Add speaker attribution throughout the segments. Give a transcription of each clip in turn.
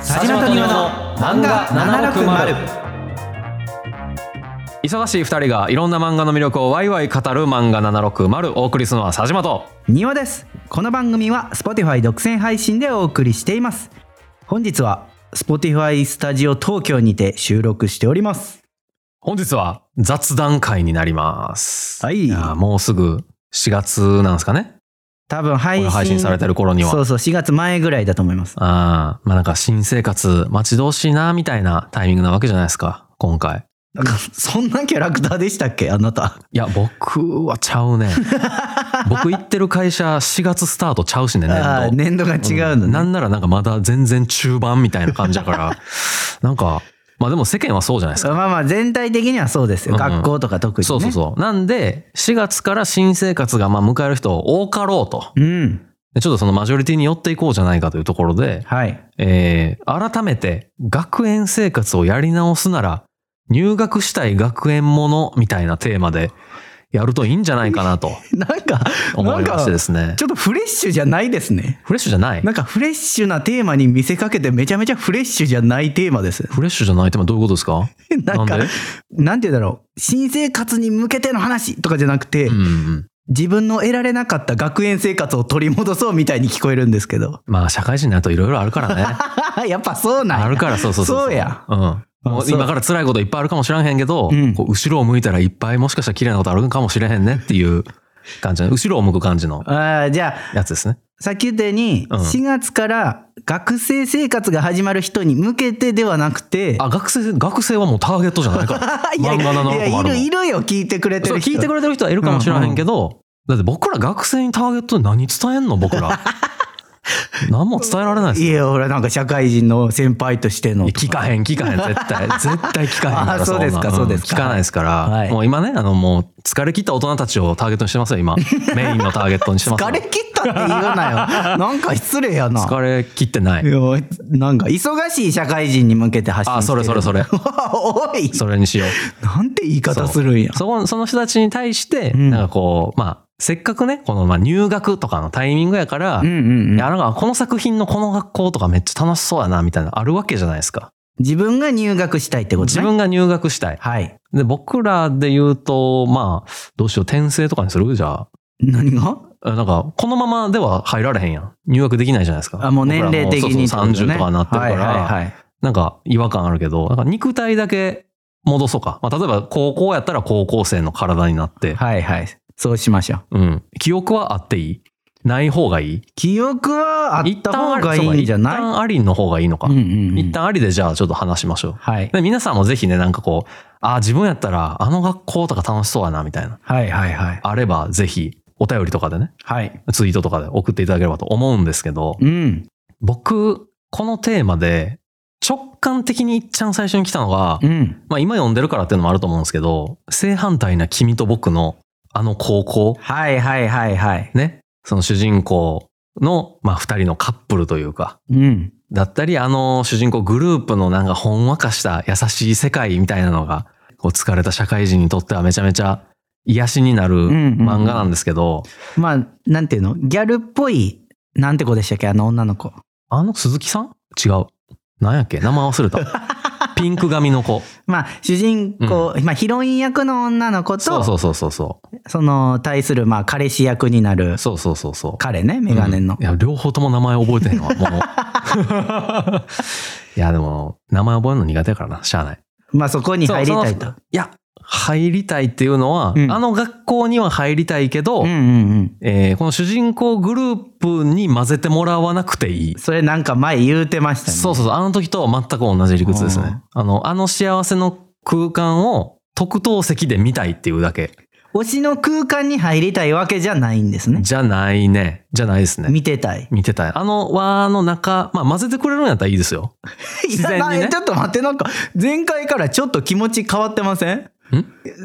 Speaker 1: 佐島と庭の漫画760
Speaker 2: 忙しい二人がいろんな漫画の魅力をワイワイ語る漫画760お送りするのは佐島と
Speaker 3: 庭ですこの番組は Spotify 独占配信でお送りしています本日は Spotify スタジオ東京にて収録しております
Speaker 2: 本日は雑談会になります
Speaker 3: はい
Speaker 2: やもうすぐ4月なんですかね
Speaker 3: 多分
Speaker 2: こ
Speaker 3: 配
Speaker 2: れ
Speaker 3: 信
Speaker 2: 配信されてる頃には
Speaker 3: そうそう4月前ぐらいだと思います
Speaker 2: ああまあなんか新生活待ち遠しいなみたいなタイミングなわけじゃないですか今回
Speaker 3: なんかそんなキャラクターでしたっけあなた
Speaker 2: いや僕はちゃうね 僕行ってる会社4月スタートちゃうしね年
Speaker 3: あ
Speaker 2: 度
Speaker 3: ー年度が違うのね、
Speaker 2: んなんならなんかまだ全然中盤みたいな感じだから なんかまあでも世間はそうじゃないですか
Speaker 3: まあまあ全体的にはそうですよ、
Speaker 2: うんうん
Speaker 3: 学校とか特にね
Speaker 2: そうそうそう。なんで、4月から新生活がまあ迎える人多かろうと。
Speaker 3: うん
Speaker 2: でちょっとそのマジョリティに寄っていこうじゃないかというところで、
Speaker 3: はい
Speaker 2: えー改めて学園生活をやり直すなら、入学したい学園ものみたいなテーマでやるといいんじゃないかなと
Speaker 3: なんか
Speaker 2: 思いましてですね
Speaker 3: ち。ょっとフレッシュじゃないですね
Speaker 2: フレッシュじゃない
Speaker 3: なんかフレッシュなテーマに見せかけてめちゃめちゃフレッシュじゃないテーマです。
Speaker 2: フレッシュじゃないってどういうことですか
Speaker 3: なんか
Speaker 2: なんで
Speaker 3: なんて言うんだろう新生活に向けての話とかじゃなくて、
Speaker 2: うんうん。
Speaker 3: 自分の得られなかった学園生活を取り戻そうみたいに聞こえるんですけど
Speaker 2: まあ社会人になるといろいろあるからね。
Speaker 3: やっぱそうなんや
Speaker 2: あるからそうそうそう
Speaker 3: そうや
Speaker 2: うんもう
Speaker 3: そう
Speaker 2: 今から辛いこといっぱいあるかもしらんへんけど、
Speaker 3: うん
Speaker 2: こう後ろを向いたらいっぱいもしかしたら綺麗なことあるかもしれへんねっていう感じの後ろを向く感じの
Speaker 3: あーじゃあ
Speaker 2: やつで すね
Speaker 3: さっき言ったように、
Speaker 2: うん
Speaker 3: 4月から学生生活が始まる人に向けてではなくて
Speaker 2: あ学生学生はもうターゲットじゃないから
Speaker 3: いや
Speaker 2: 漫画なの
Speaker 3: いや
Speaker 2: もあ
Speaker 3: い
Speaker 2: るも
Speaker 3: る
Speaker 2: ん
Speaker 3: いるよ聞いてくれて
Speaker 2: そう
Speaker 3: る人
Speaker 2: 聞いてくれてる人はいるかもしれへんけど、だって僕ら学生にターゲットで何伝えんの僕 ら何も伝えられないです
Speaker 3: い
Speaker 2: よ
Speaker 3: や俺なんか社会人の先輩としての
Speaker 2: いや聞かへん聞かへん絶対絶対聞かへんから
Speaker 3: あそうですか
Speaker 2: んなん
Speaker 3: そうですか
Speaker 2: 聞かないですから、
Speaker 3: はい
Speaker 2: もう今ねあのもう疲れ切った大人たちをターゲットにしてますよ今メインのターゲットにしてますよ
Speaker 3: 疲れ切ったって言うな よ。なんか失礼やな。
Speaker 2: 疲れ切ってない
Speaker 3: いやなんか忙しい社会人に向けて発信
Speaker 2: あそれそれそれ
Speaker 3: おい
Speaker 2: それにしよ う
Speaker 3: なんて言い方するんや。
Speaker 2: そこその人たちに対して、
Speaker 3: ん
Speaker 2: なんかこうまあせっかくねこのまあ入学とかのタイミングやから、
Speaker 3: うんうんう
Speaker 2: い
Speaker 3: ん
Speaker 2: やなんかこの作品のこの学校とかめっちゃ楽しそうやなみたいなのあるわけじゃないですか
Speaker 3: 自分が入学したいってことね。
Speaker 2: 自分が入学したい
Speaker 3: はい。
Speaker 2: で僕らで言うとまあどうしよう転生とかにするじゃあ
Speaker 3: 何が
Speaker 2: あなんか、このままでは入られへんやん。入学できないじゃないですか。
Speaker 3: あもう年
Speaker 2: 僕ら
Speaker 3: 齢的に
Speaker 2: そうそう30とかなってるか
Speaker 3: は
Speaker 2: ら、
Speaker 3: いはいはい
Speaker 2: なんか違和感あるけど、なんか肉体だけ戻そうか。まあ、例えば高校やったら高校生の体になって、
Speaker 3: はいはい。そうしましょう。
Speaker 2: うん。記憶はあっていいない方がいい
Speaker 3: 記憶はあっ
Speaker 2: 一
Speaker 3: た
Speaker 2: 旦
Speaker 3: 方
Speaker 2: あ
Speaker 3: がい
Speaker 2: そうか
Speaker 3: いんじゃない
Speaker 2: 一旦ありの方がいいのか。
Speaker 3: うんうんうん
Speaker 2: 一旦ありでじゃあちょっと話しましょう。
Speaker 3: はい。
Speaker 2: で皆さんもぜひね、なんかこう、ああ、自分やったらあの学校とか楽しそうやな、みたいな。
Speaker 3: はいはいはい。
Speaker 2: あればぜひ、お便りとかでね、
Speaker 3: はい。
Speaker 2: ツイートとかで送っていただければと思うんですけど、
Speaker 3: うん。
Speaker 2: 僕、このテーマで直感的にいっちゃん最初に来たのが、
Speaker 3: うん。
Speaker 2: まあ今読んでるからっていうのもあると思うんですけど、正反対な君と僕のあの高校、
Speaker 3: はいはいはいはい。
Speaker 2: ね、その主人公の、まあ二人のカップルというか、
Speaker 3: うん。
Speaker 2: だったり、あの主人公グループのなんかほんわかした優しい世界みたいなのが、こう疲れた社会人にとってはめちゃめちゃ癒しになる
Speaker 3: んうんうん
Speaker 2: 漫画なんですけど、
Speaker 3: まあ、なんていうのギャルっぽい、なんて子でしたっけあの女の子。
Speaker 2: あの鈴木さん違う。なんやっけ名前忘 れた。ピンク髪の子。
Speaker 3: まあ、主人公、まあ、ヒロイン役の女の子と、
Speaker 2: そうそうそうそうそう。
Speaker 3: その、対する、まあ、彼氏役になる、
Speaker 2: そうそうそうそう。
Speaker 3: 彼ね、メガネの。
Speaker 2: うんいや、両方とも名前覚えてへんわ、もう。 いや、でも、名前覚えるの苦手やからな、しゃあない。
Speaker 3: まあ、そこに入りたい
Speaker 2: そうその
Speaker 3: と。
Speaker 2: いや、入りたいっていうのは、
Speaker 3: うん
Speaker 2: あの学校には入りたいけど、
Speaker 3: うんうんうん。
Speaker 2: えーこの主人公グループに混ぜてもらわなくていい。
Speaker 3: それなんか前言うてましたね。
Speaker 2: そうそうそう、あの時と全く同じ理屈ですね。あの、あの幸せの空間を特等席で見たいっていうだけ。
Speaker 3: 推しの空間に入りたいわけじゃないんですね。
Speaker 2: じゃないね。じゃないですね。
Speaker 3: 見てたい。
Speaker 2: 見てたい。あの輪の中、まあ混ぜてくれるんやったらいいですよ。自然にね
Speaker 3: いやなちょっと待って、なんか、前回からちょっと気持ち変わってません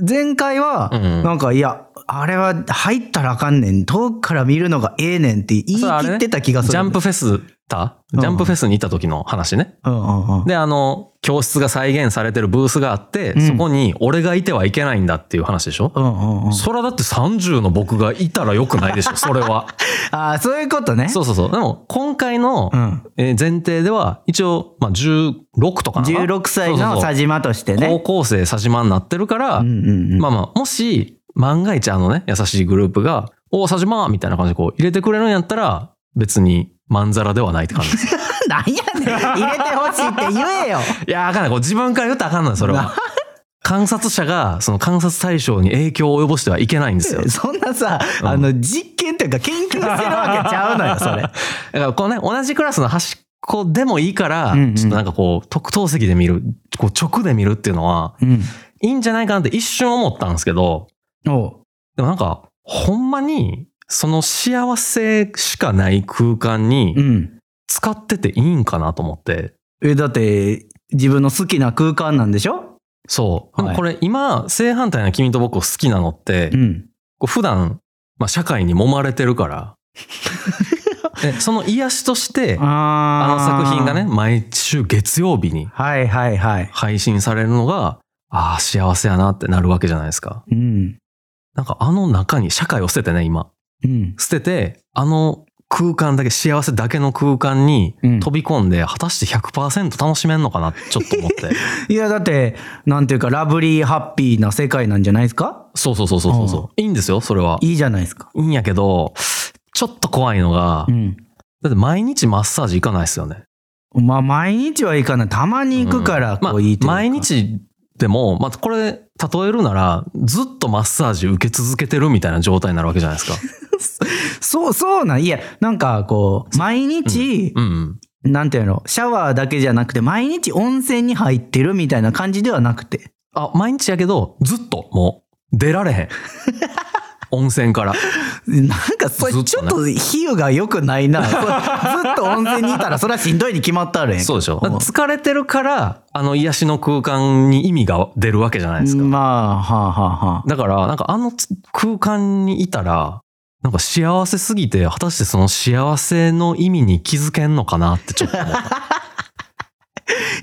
Speaker 3: 前回は、
Speaker 2: うんうん
Speaker 3: なんか、いや、あれは入ったらあかんねん。遠くから見るのがええねんって言い切ってた気がする。
Speaker 2: ジャンプフェスた、ジャンプフェスに行った時の話ね。
Speaker 3: うんうんうん。
Speaker 2: で、あの、教室が再現されてるブースがあって、
Speaker 3: うん
Speaker 2: そこに俺がいてはいけないんだっていう話でしょ、
Speaker 3: うんうんうん。
Speaker 2: それはだって30の僕がいたらよくないで しょ、それは。
Speaker 3: ああ、そういうことね。
Speaker 2: そうそうそう。でも、今回の、
Speaker 3: うん。
Speaker 2: えー前提では、一応、まあ、16とかな。
Speaker 3: 16歳
Speaker 2: そうそうそ
Speaker 3: の
Speaker 2: う
Speaker 3: 佐島としてね。
Speaker 2: 高校生佐島になってるから、
Speaker 3: うんうん うん。
Speaker 2: まあまあ、もし、万が一あのね、優しいグループが、おー、佐島みたいな感じでこう入れてくれるんやったら、別に、まんざらではないって感じです。
Speaker 3: なんやねん入れてほしいって言えよ
Speaker 2: いや、あかんない。こう自分から言ったらあかんない、それは。観察者が、その観察対象に影響を及ぼしてはいけないんですよ。だ
Speaker 3: そんなさ、
Speaker 2: うん
Speaker 3: あの、実験というか研究してるわけちゃうのよ、それ。
Speaker 2: から、このね、同じクラスの端っこでもいいから、
Speaker 3: うんうん
Speaker 2: ちょっとなんかこう、特等席で見る、こう直で見るっていうのは、
Speaker 3: うん。
Speaker 2: いいんじゃないかなって一瞬思ったんですけど、
Speaker 3: おう
Speaker 2: でもなんか、ほんまに、その幸せしかない空間
Speaker 3: う
Speaker 2: に
Speaker 3: ん。
Speaker 2: 使ってていいんかなと思って。
Speaker 3: え、だって、自分の好きな空間なんでしょ
Speaker 2: そう。でも
Speaker 3: はい
Speaker 2: これ今、正反対な君と僕を好きなのって、
Speaker 3: ん。
Speaker 2: こう普段、まあ、社会に揉まれて るから。えその癒しとして、あの
Speaker 3: あー
Speaker 2: 作品がね、。毎週月曜日に
Speaker 3: はいはいはい。
Speaker 2: 配信されるのが、ああ、幸せやなってなるわけじゃないですか。
Speaker 3: うん。
Speaker 2: なんかあの中に社会を捨ててね、今。
Speaker 3: うん。
Speaker 2: 捨てて、あの空間だけ、幸せだけの空間に
Speaker 3: うん
Speaker 2: 飛び込んで、果たして100%楽しめんのかなってちょっと 思って。
Speaker 3: いや、だって、なんていうか、ラブリーハッピーな世界なんじゃないですか
Speaker 2: そうそうそうそうそうそう。いいんですよ、それは。
Speaker 3: いいじゃないですか。
Speaker 2: いいんやけど、ちょっと怖いのが、
Speaker 3: ん。
Speaker 2: だって毎日マッサージ行かないですよね。
Speaker 3: まあ、毎日はいかない。たまに行くから、こう、いいという
Speaker 2: ま
Speaker 3: か
Speaker 2: あ、毎。日でも、まあ、これ例えるならずっとマッサージ受け続けてるみたいな状態になるわけじゃないですか。
Speaker 3: そう、そうなん。いや、なんか、こう、毎日、
Speaker 2: うんうん、
Speaker 3: なんていうの、シャワーだけじゃなくて、毎日温泉に入ってるみたいな感じではなくて。
Speaker 2: あ毎日やけどずっともう出られへん温 泉から
Speaker 3: なんか、それ、
Speaker 2: ずっとね
Speaker 3: ちょっと比喩が良くないな。それずっと温泉にいたら、それはしんどいに決まったあるやん。
Speaker 2: そうでしょ
Speaker 3: うん
Speaker 2: 疲れてるからあの癒しの空間に意味が出るわけじゃないですか。
Speaker 3: まあ、はあはあはあ。
Speaker 2: だからなんかあのつ空間にいたらなんか幸せすぎて果たしてその幸せの意味に気づけんのかなってちょっ と思った。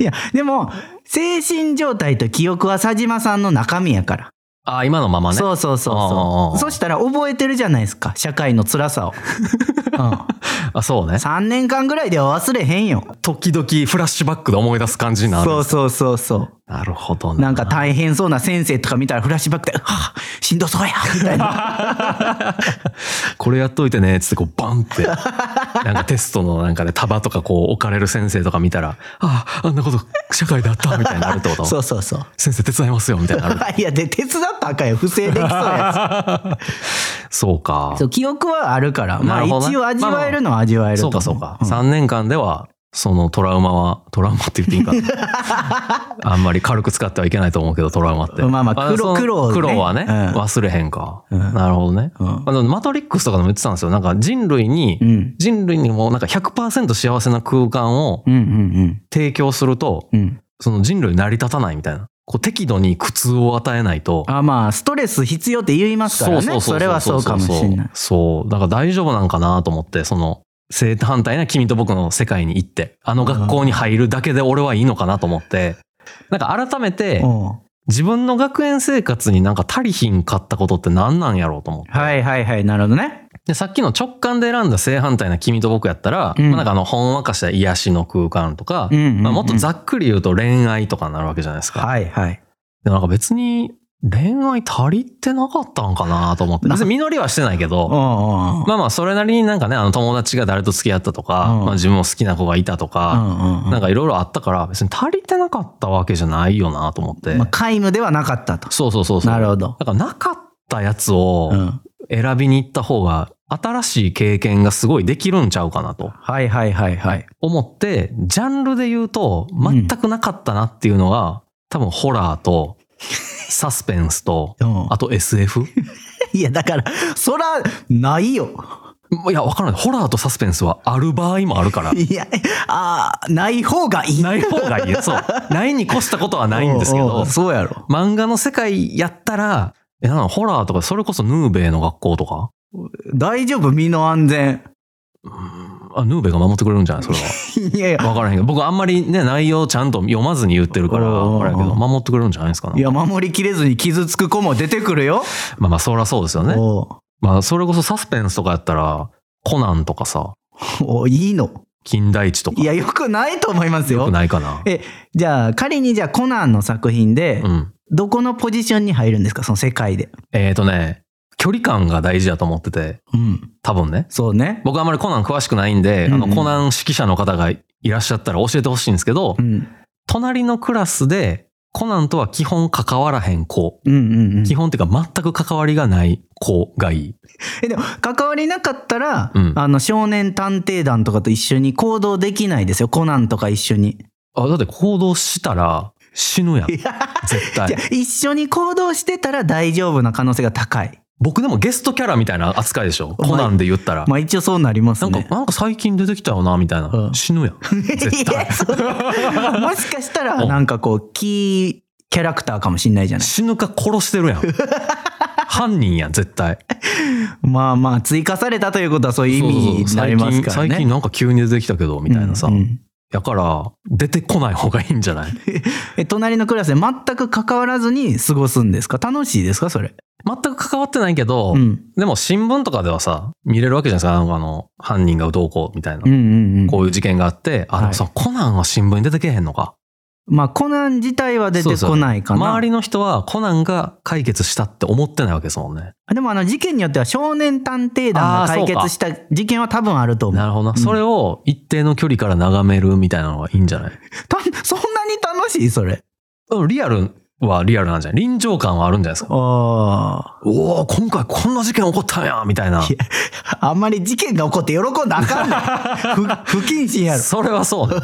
Speaker 3: いや、でも、精神状態と記憶は佐島さんの中身やから。
Speaker 2: あ今のままね。
Speaker 3: そうそうそう
Speaker 2: あ
Speaker 3: そ
Speaker 2: あ
Speaker 3: う。そしたら覚えてるじゃないですか、社会の辛 さを。う
Speaker 2: あそう
Speaker 3: ん、。
Speaker 2: ね
Speaker 3: 3年間ぐらいでは忘れへんよ。
Speaker 2: 時々フラッシュバックで思い出す感じになる。
Speaker 3: そうそうそうそ
Speaker 2: なるほど
Speaker 3: う。なんか大変そうな先生とか見たらフラッシュバックで、はあ、しんど そうや、みたいな。
Speaker 2: これやっといてね、つってこうバンって、 なんかテストのなんかで束とかこう置かれる先生とか見たら、ああ、あんなこと社会であったみたいになるってこと
Speaker 3: そうそうそう。
Speaker 2: 先生手伝いますよみたいにな る。
Speaker 3: いや、で、手伝ったらあかんよ。不正できそう や
Speaker 2: そうか
Speaker 3: つ。そ。う、記憶はあるから。ま
Speaker 2: な
Speaker 3: あ、
Speaker 2: るほどね
Speaker 3: 一応味わえるのは味わえると
Speaker 2: そう
Speaker 3: 思
Speaker 2: かそうか。
Speaker 3: ん
Speaker 2: 3年間では、そのトラウマは、トラウマって言っていいんか な。あんまり軽く使ってはいけないと思うけど、トラウマって。
Speaker 3: まあまあ苦労
Speaker 2: その
Speaker 3: 苦労をね
Speaker 2: 苦労はね、
Speaker 3: うん
Speaker 2: 忘れへんか。
Speaker 3: うん
Speaker 2: なるほどね。
Speaker 3: うん
Speaker 2: まあ、でもマトリックスとかでも言ってたんですよ。なんか人類に、
Speaker 3: うん。
Speaker 2: 人類にもなんか100%幸せな空間を
Speaker 3: うんうん
Speaker 2: 提供すると、
Speaker 3: うん。うん。
Speaker 2: その人類成り立たないみたいな。こう適度に苦痛を与えないと。
Speaker 3: あ、まあ、ストレス必要って言いますからね。それはそうかもしれない。
Speaker 2: そう。だから大丈夫なんかなと思って、その、正反対な君と僕の世界に行って、あの学校に入るだけで俺はいいのかなと思って、なんか改めて
Speaker 3: う、ん
Speaker 2: 自分の学園生活になんか足りひんかったことって何なんやろうと思って。
Speaker 3: はいはいはい、なるほどね。
Speaker 2: で、さっきの直感で選んだ正反対な君と僕やったら、
Speaker 3: うん
Speaker 2: まあ、なんかあの、ほんわかした癒しの空間とか、
Speaker 3: うんうんうん
Speaker 2: まあ、もっとざっくり言うと恋愛とかになるわけじゃないですか。
Speaker 3: はいはい。
Speaker 2: でもなんか別に恋愛足りてなかったんかなと思って。
Speaker 3: な
Speaker 2: 別に実りはしてないけ
Speaker 3: うん
Speaker 2: ど、
Speaker 3: うんうん
Speaker 2: まあまあそれなりになんかね、あの友達が誰と付き合ったとか、
Speaker 3: うん
Speaker 2: まあ自分も好きな子がいたとか、
Speaker 3: うんうんう
Speaker 2: なん
Speaker 3: ん
Speaker 2: かいろいろあったから別に足りてなかったわけじゃないよなと思って。
Speaker 3: まあ、皆無ではなかったと。
Speaker 2: そうそうそうそう。
Speaker 3: なるほど。
Speaker 2: だからなかったやつを
Speaker 3: うん
Speaker 2: 選びに行った方が新しい経験がすごいできるんちゃうかなと
Speaker 3: はいはいはいはい。
Speaker 2: 思って、ジャンルで言うと全くなかったなっていうのが、多分ホラーとサスペンスと、
Speaker 3: うん
Speaker 2: あと SF?
Speaker 3: いや、だから、そら、ないよ。。
Speaker 2: いや、わからない。ホラーとサスペンスはある場合もあるから
Speaker 3: いや、あーない方がいい。
Speaker 2: ない方がいい。そう。ないに越したことはないんですけ
Speaker 3: うう
Speaker 2: ど、
Speaker 3: そうやろ。
Speaker 2: 漫画の世界やったら、え、なんだホラーとか、それこそヌーベイの学校とか、
Speaker 3: 大丈夫身の安全。
Speaker 2: うんあヌーベが守ってくれるんじゃないそれは。
Speaker 3: いやいや
Speaker 2: 分からへんけど僕あんまりね内容ちゃんと読まずに言ってるから
Speaker 3: うん
Speaker 2: あれやけど守ってくれるんじゃないですか
Speaker 3: い
Speaker 2: ね
Speaker 3: や守りきれずに傷つく子も出てくるよ、
Speaker 2: まあまあそりゃそうですよね
Speaker 3: おう
Speaker 2: まあそれこそサスペンスとかやったらコナンとかさ
Speaker 3: おういいの
Speaker 2: 金田一とか
Speaker 3: いやよくないと思います
Speaker 2: よ
Speaker 3: よ
Speaker 2: くないかな
Speaker 3: えじゃあ仮にじゃあコナンの作品で、
Speaker 2: うん
Speaker 3: どこのポジションに入るんですかその世界で
Speaker 2: えっ、とね距離感が大事だと思ってて
Speaker 3: うん
Speaker 2: 多分ね
Speaker 3: そうね
Speaker 2: 僕あんまりコナン詳しくないんで、
Speaker 3: うんうん
Speaker 2: あのコナン指揮者の方がいらっしゃったら教えてほしいんですけど、
Speaker 3: うん
Speaker 2: 隣のクラスでコナンとは基本関わらへん子、
Speaker 3: うんうんうん
Speaker 2: 基本っていうか全く関わりがない子がいい
Speaker 3: えでも関わりなかったら、
Speaker 2: うん
Speaker 3: あの少年探偵団とかと一緒に行動できないですよコナンとか一緒に
Speaker 2: あだって行動したら死ぬやん
Speaker 3: いや
Speaker 2: 絶
Speaker 3: じゃ
Speaker 2: 対
Speaker 3: あ一緒に行動してたら大丈夫な可能性が高い
Speaker 2: 僕でもゲストキャラみたいな扱いでしょ
Speaker 3: お前
Speaker 2: コナンで言ったら、
Speaker 3: まあ一応そうなります
Speaker 2: なんか
Speaker 3: ね
Speaker 2: なんか最近出てきたよなみたいな、
Speaker 3: うん
Speaker 2: 死ぬやん絶
Speaker 3: い
Speaker 2: 対
Speaker 3: や そうもしかしたら
Speaker 2: うん
Speaker 3: なんかこうキーキャラクターかもしんないじゃない
Speaker 2: 死ぬか殺し てるやん犯人やん絶対
Speaker 3: まあまあ追加されたということはそういう意
Speaker 2: そうそう
Speaker 3: 味
Speaker 2: そう
Speaker 3: になりますから
Speaker 2: 最近最
Speaker 3: ね
Speaker 2: 近なんか急に出てきたけどみたいなさ、
Speaker 3: うんうん
Speaker 2: だから出てこない方がいいんじ ゃない
Speaker 3: え隣のクラスで全く関わらずに過ごすんですか楽しいですかそれ
Speaker 2: 全く関わってないけど、
Speaker 3: うん
Speaker 2: でも新聞とかではさ見れるわけじゃないですかなんかあの犯人がどうこうみたいな、
Speaker 3: うんうんうん
Speaker 2: こういう事件があってあでもさ、コナンは新聞に出てけへんのか
Speaker 3: まあコナン自体は出てこないかな。
Speaker 2: 周りの人はコナンが解決したって思ってないわけですもんね。
Speaker 3: でもあの事件によっては少年探偵団が
Speaker 2: あーそ
Speaker 3: 解
Speaker 2: うか
Speaker 3: 決した事件は多分あると思う。
Speaker 2: なるほどな、
Speaker 3: うん
Speaker 2: それを一定の距離から眺めるみたいなのがいいんじゃない
Speaker 3: たそんなに楽しいそれ。
Speaker 2: うんリアルはリアルなんじゃない臨場感はあるんじゃないですか。
Speaker 3: あ
Speaker 2: おお今回こんな事件起こったんやみたいな。
Speaker 3: あ。あんまり事件が起こって喜んだらあかん ない。ふ不謹慎やろ。
Speaker 2: それ はそう。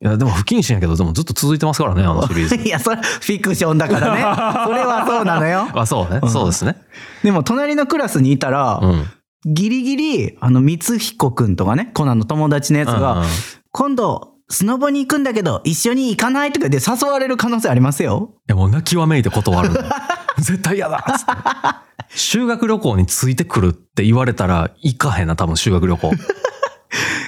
Speaker 2: いやでも不謹慎やけどでもずっと続いてますからねあのシリーズ。
Speaker 3: いや、それ、フィクションだからね。それはそうなのよ。
Speaker 2: あそうね、
Speaker 3: うん
Speaker 2: そうですね。
Speaker 3: でも、隣のクラスにいたら、
Speaker 2: うん。
Speaker 3: ギリギリ、あの、光彦くんとかね、コナンの友達のやつが、
Speaker 2: うんうん
Speaker 3: 今度、スノボに行くんだけど、一緒に行かないとかで誘われる可能性ありますよ。
Speaker 2: いやもう泣きわめいて断 るの絶対嫌だっつって修学旅行についてくるって言われたら行かへんな多分修学旅行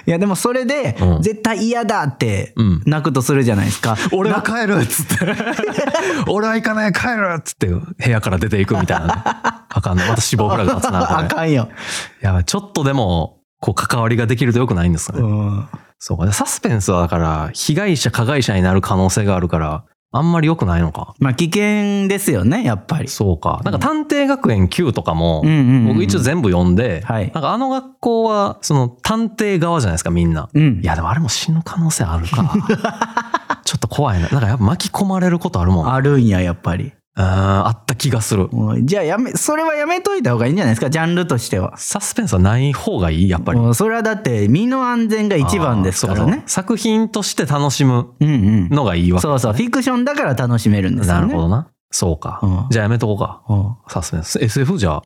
Speaker 3: いやでもそれで
Speaker 2: うん
Speaker 3: 絶対嫌だって
Speaker 2: うん
Speaker 3: 泣くとするじゃないですか、
Speaker 2: 俺は帰るっつって 俺は行かない帰るっつって部屋から出ていくみたいなね、あかんねまた死亡フラグ立つなこ
Speaker 3: あ
Speaker 2: れ
Speaker 3: かんよ、
Speaker 2: やばいちょっとでもこう関わりができるとよくないんですよね、
Speaker 3: うん、
Speaker 2: そうかでサスペンスはだから被害者加害者になる可能性があるからあんまり良くないのか
Speaker 3: まあ危険ですよねやっぱり
Speaker 2: そうかなんか探偵学園 Q とかも、
Speaker 3: うんうん、うん、
Speaker 2: 僕一応全部読んで、
Speaker 3: はい
Speaker 2: なんかあの学校はその探偵側じゃないですかみんな。
Speaker 3: うん
Speaker 2: いやでもあれも死ぬ可能性あるか。 ちょっと怖いな。なんかやっぱ巻き込まれることあるもん。あ
Speaker 3: あるんややっぱり
Speaker 2: ああった気がする。
Speaker 3: もうじゃあやめそれはやめといた方がいいんじゃないですかジャンルとしては
Speaker 2: サスペンスはない方がいいやっぱり。
Speaker 3: もうそれはだって身の安全が一番ですから
Speaker 2: あーそう
Speaker 3: ね
Speaker 2: そう作品として楽しむ
Speaker 3: うんうん
Speaker 2: のがいいわけ。
Speaker 3: そうそうフィクションだから楽しめるんですよ
Speaker 2: な
Speaker 3: ね
Speaker 2: るほどな。そうか。
Speaker 3: うん
Speaker 2: じゃあやめとこうか。
Speaker 3: うん
Speaker 2: サスペンス。SF じゃあ。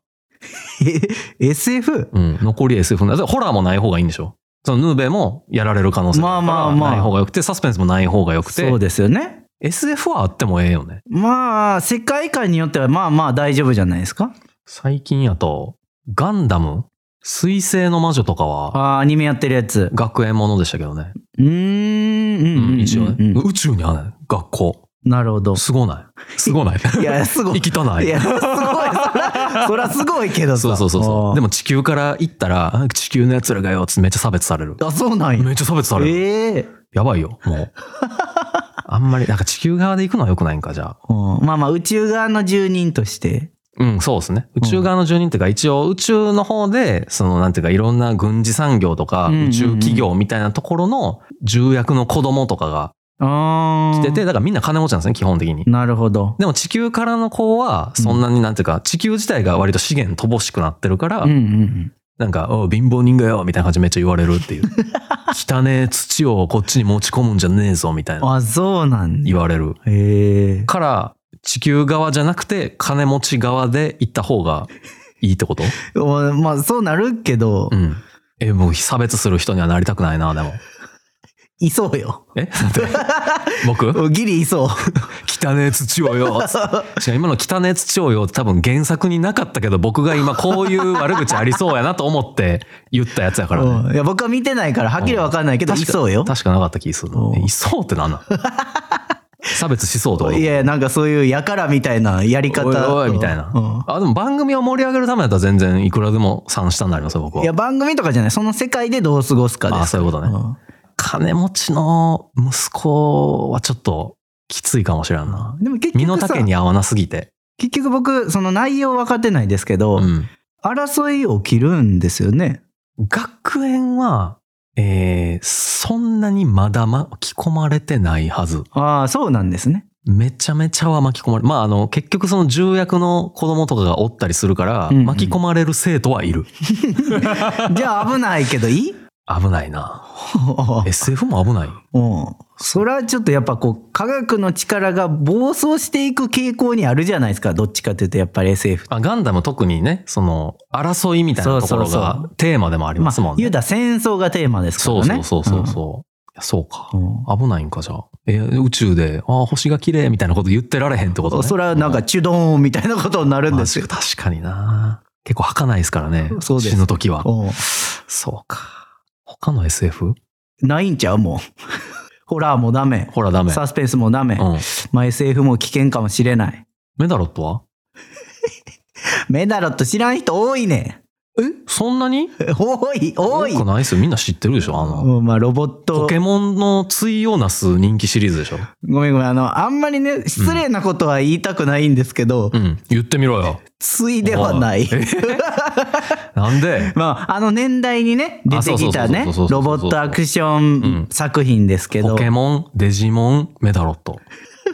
Speaker 3: え SF
Speaker 2: うん。残り SF な。だからホラーもない方がいいんでしょそのヌーベもやられる可能性がるから
Speaker 3: まあまあまあ
Speaker 2: ない方がよくて、サスペンスもない方がよくて。
Speaker 3: そうですよね
Speaker 2: SF はあってもええよね。
Speaker 3: まあ世界観によってはまあまあ大丈夫じゃないですか
Speaker 2: 最近やと、ガンダム水星の魔女とかは、
Speaker 3: あーアニメやってるやつ
Speaker 2: 学園ものでしたけどね。
Speaker 3: うーんうんうんうんうん
Speaker 2: 一応ね。宇宙にあるね学校。
Speaker 3: なるほど。
Speaker 2: す ごない。すごない。
Speaker 3: い や、すご
Speaker 2: 生
Speaker 3: い。
Speaker 2: きたないい
Speaker 3: や、。すごい。そら、そらすごいけどさ。
Speaker 2: そうそうそうそう。で
Speaker 3: も、
Speaker 2: も地球から行ったら、あ地球の奴らがよ、つってめっちゃ差別される。
Speaker 3: あ、そうなんや。
Speaker 2: めっちゃ差別される。
Speaker 3: ええ
Speaker 2: やばいよ、もう。 あんまり、なんか地球側で行くのは良くないんか、じゃあ。
Speaker 3: うんまあまあ、宇宙側の住人として。
Speaker 2: うん、そうですね。宇宙側の住人っていうか、一応宇宙の方で、その、なんていうか、いろんな軍事産業とか、
Speaker 3: うんうんうん
Speaker 2: 宇宙企業みたいなところの重役の子供とかが
Speaker 3: ああ。
Speaker 2: 来てて、だからみんな金持ちなんですね、基本的に。
Speaker 3: なるほど。
Speaker 2: でも地球からの子は、そんなになんていうか、地球自体が割と資源乏しくなってるから
Speaker 3: うん、うん
Speaker 2: なんか、おう貧乏人がよ、みたいな感じでめっちゃ言われる っていう。汚ねえ土をこっちに持ち込むんじゃねえぞ、みたい
Speaker 3: うん。
Speaker 2: な
Speaker 3: あ、そうなん
Speaker 2: 言
Speaker 3: だ。
Speaker 2: われる。
Speaker 3: へえ。
Speaker 2: から、地球側じゃなくて、金持ち側で行った方がいいってこと
Speaker 3: おまあ、そうなるけど
Speaker 2: う、ん。え、もう差別する人にはなりたくないな、でも。
Speaker 3: いそうよ。
Speaker 2: えなんて僕
Speaker 3: ギリいそう。
Speaker 2: 汚ねえ土をよ。しかも今の汚ねえ土をよって多分原作になかったけど僕が今こういう悪口ありそうやなと思って言ったやつやからね。
Speaker 3: うんいや僕は見てないからはっきりわかんないけど、い
Speaker 2: 確か
Speaker 3: そうよ。
Speaker 2: 確かなかった気するな。
Speaker 3: うん
Speaker 2: えいそうってなんなん 差別しそうってこと
Speaker 3: いやいや、なんかそういうやからみたいなやり方。
Speaker 2: おいおいみたいな、
Speaker 3: うん
Speaker 2: あでも番組を盛り上げるためだったら全然いくらでも参したになりますよ僕
Speaker 3: いや、
Speaker 2: は
Speaker 3: 番組とかじゃない。その世界でどう過ごすかです。
Speaker 2: あそういうことね
Speaker 3: ん
Speaker 2: 金持ちの息子はちょっときついかもしれんな
Speaker 3: でも結
Speaker 2: 身の
Speaker 3: 局さ
Speaker 2: 丈、に合わなすぎて、
Speaker 3: 結局僕、その内容分かってないですけど、
Speaker 2: うん、
Speaker 3: 争い起きるんですよね。
Speaker 2: 学園はえーそんなにまだ巻き込まれてないはず
Speaker 3: ああ、そうなんです ね。
Speaker 2: めちゃめちゃは巻き込まれまああの結局その重役の子供とかがおったりするから、
Speaker 3: うんうん
Speaker 2: 巻き込まれる生徒はいる
Speaker 3: じゃあ危ないけどい い
Speaker 2: 危ないな SF も危ない
Speaker 3: うん。それはちょっとやっぱこう、科学の力が暴走していく傾向にあるじゃないですか。どっちかというとやっぱり SF って。
Speaker 2: あガンダム特にね、その、争いみたいなところ
Speaker 3: そうそうそ
Speaker 2: がテーマでもありますもん
Speaker 3: 言
Speaker 2: ね。
Speaker 3: うたら戦争がテーマですから
Speaker 2: そう
Speaker 3: ね。
Speaker 2: そうそうそうそう。そうか。
Speaker 3: うん。うん
Speaker 2: 危ないんか、じゃあ。え、宇宙で、ああ、星が綺麗みたいなこと言ってられへんってことね。
Speaker 3: それはなん
Speaker 2: う
Speaker 3: か、チュドーンみたいなことになるん
Speaker 2: まあ
Speaker 3: ですよ。
Speaker 2: 確かにな。結構儚いですからね。
Speaker 3: そうです
Speaker 2: 死ぬ時は。
Speaker 3: うん
Speaker 2: そうか。他の SF?
Speaker 3: ないんちゃ うもう。ホラーもダメ。
Speaker 2: ほら、ダメ。
Speaker 3: サスペンスもダメ。
Speaker 2: うん。
Speaker 3: まあ SF も危険かもしれない。
Speaker 2: メダロットは
Speaker 3: メダロット知らん人多いね。
Speaker 2: えそんなに
Speaker 3: 多い、多い
Speaker 2: よ。くないっすよ。みんな知ってるでしょあの、
Speaker 3: うん、まあロボッ
Speaker 2: ポ
Speaker 3: ト。
Speaker 2: ケモンの対応なす人気シリーズでしょ
Speaker 3: ごめんごめん。あの、あんまりね、失礼なことは言いたくないんですけど、
Speaker 2: うん。言ってみろよ。
Speaker 3: ついではない。
Speaker 2: お なんで
Speaker 3: まあ、あの年代にね、出てきたね
Speaker 2: あそうそうそうそう
Speaker 3: ロボ
Speaker 2: そうそう、そう
Speaker 3: ットアクション
Speaker 2: ん
Speaker 3: 作品ですけ
Speaker 2: ポ
Speaker 3: ど、
Speaker 2: ケモン、デジモン、メダロット。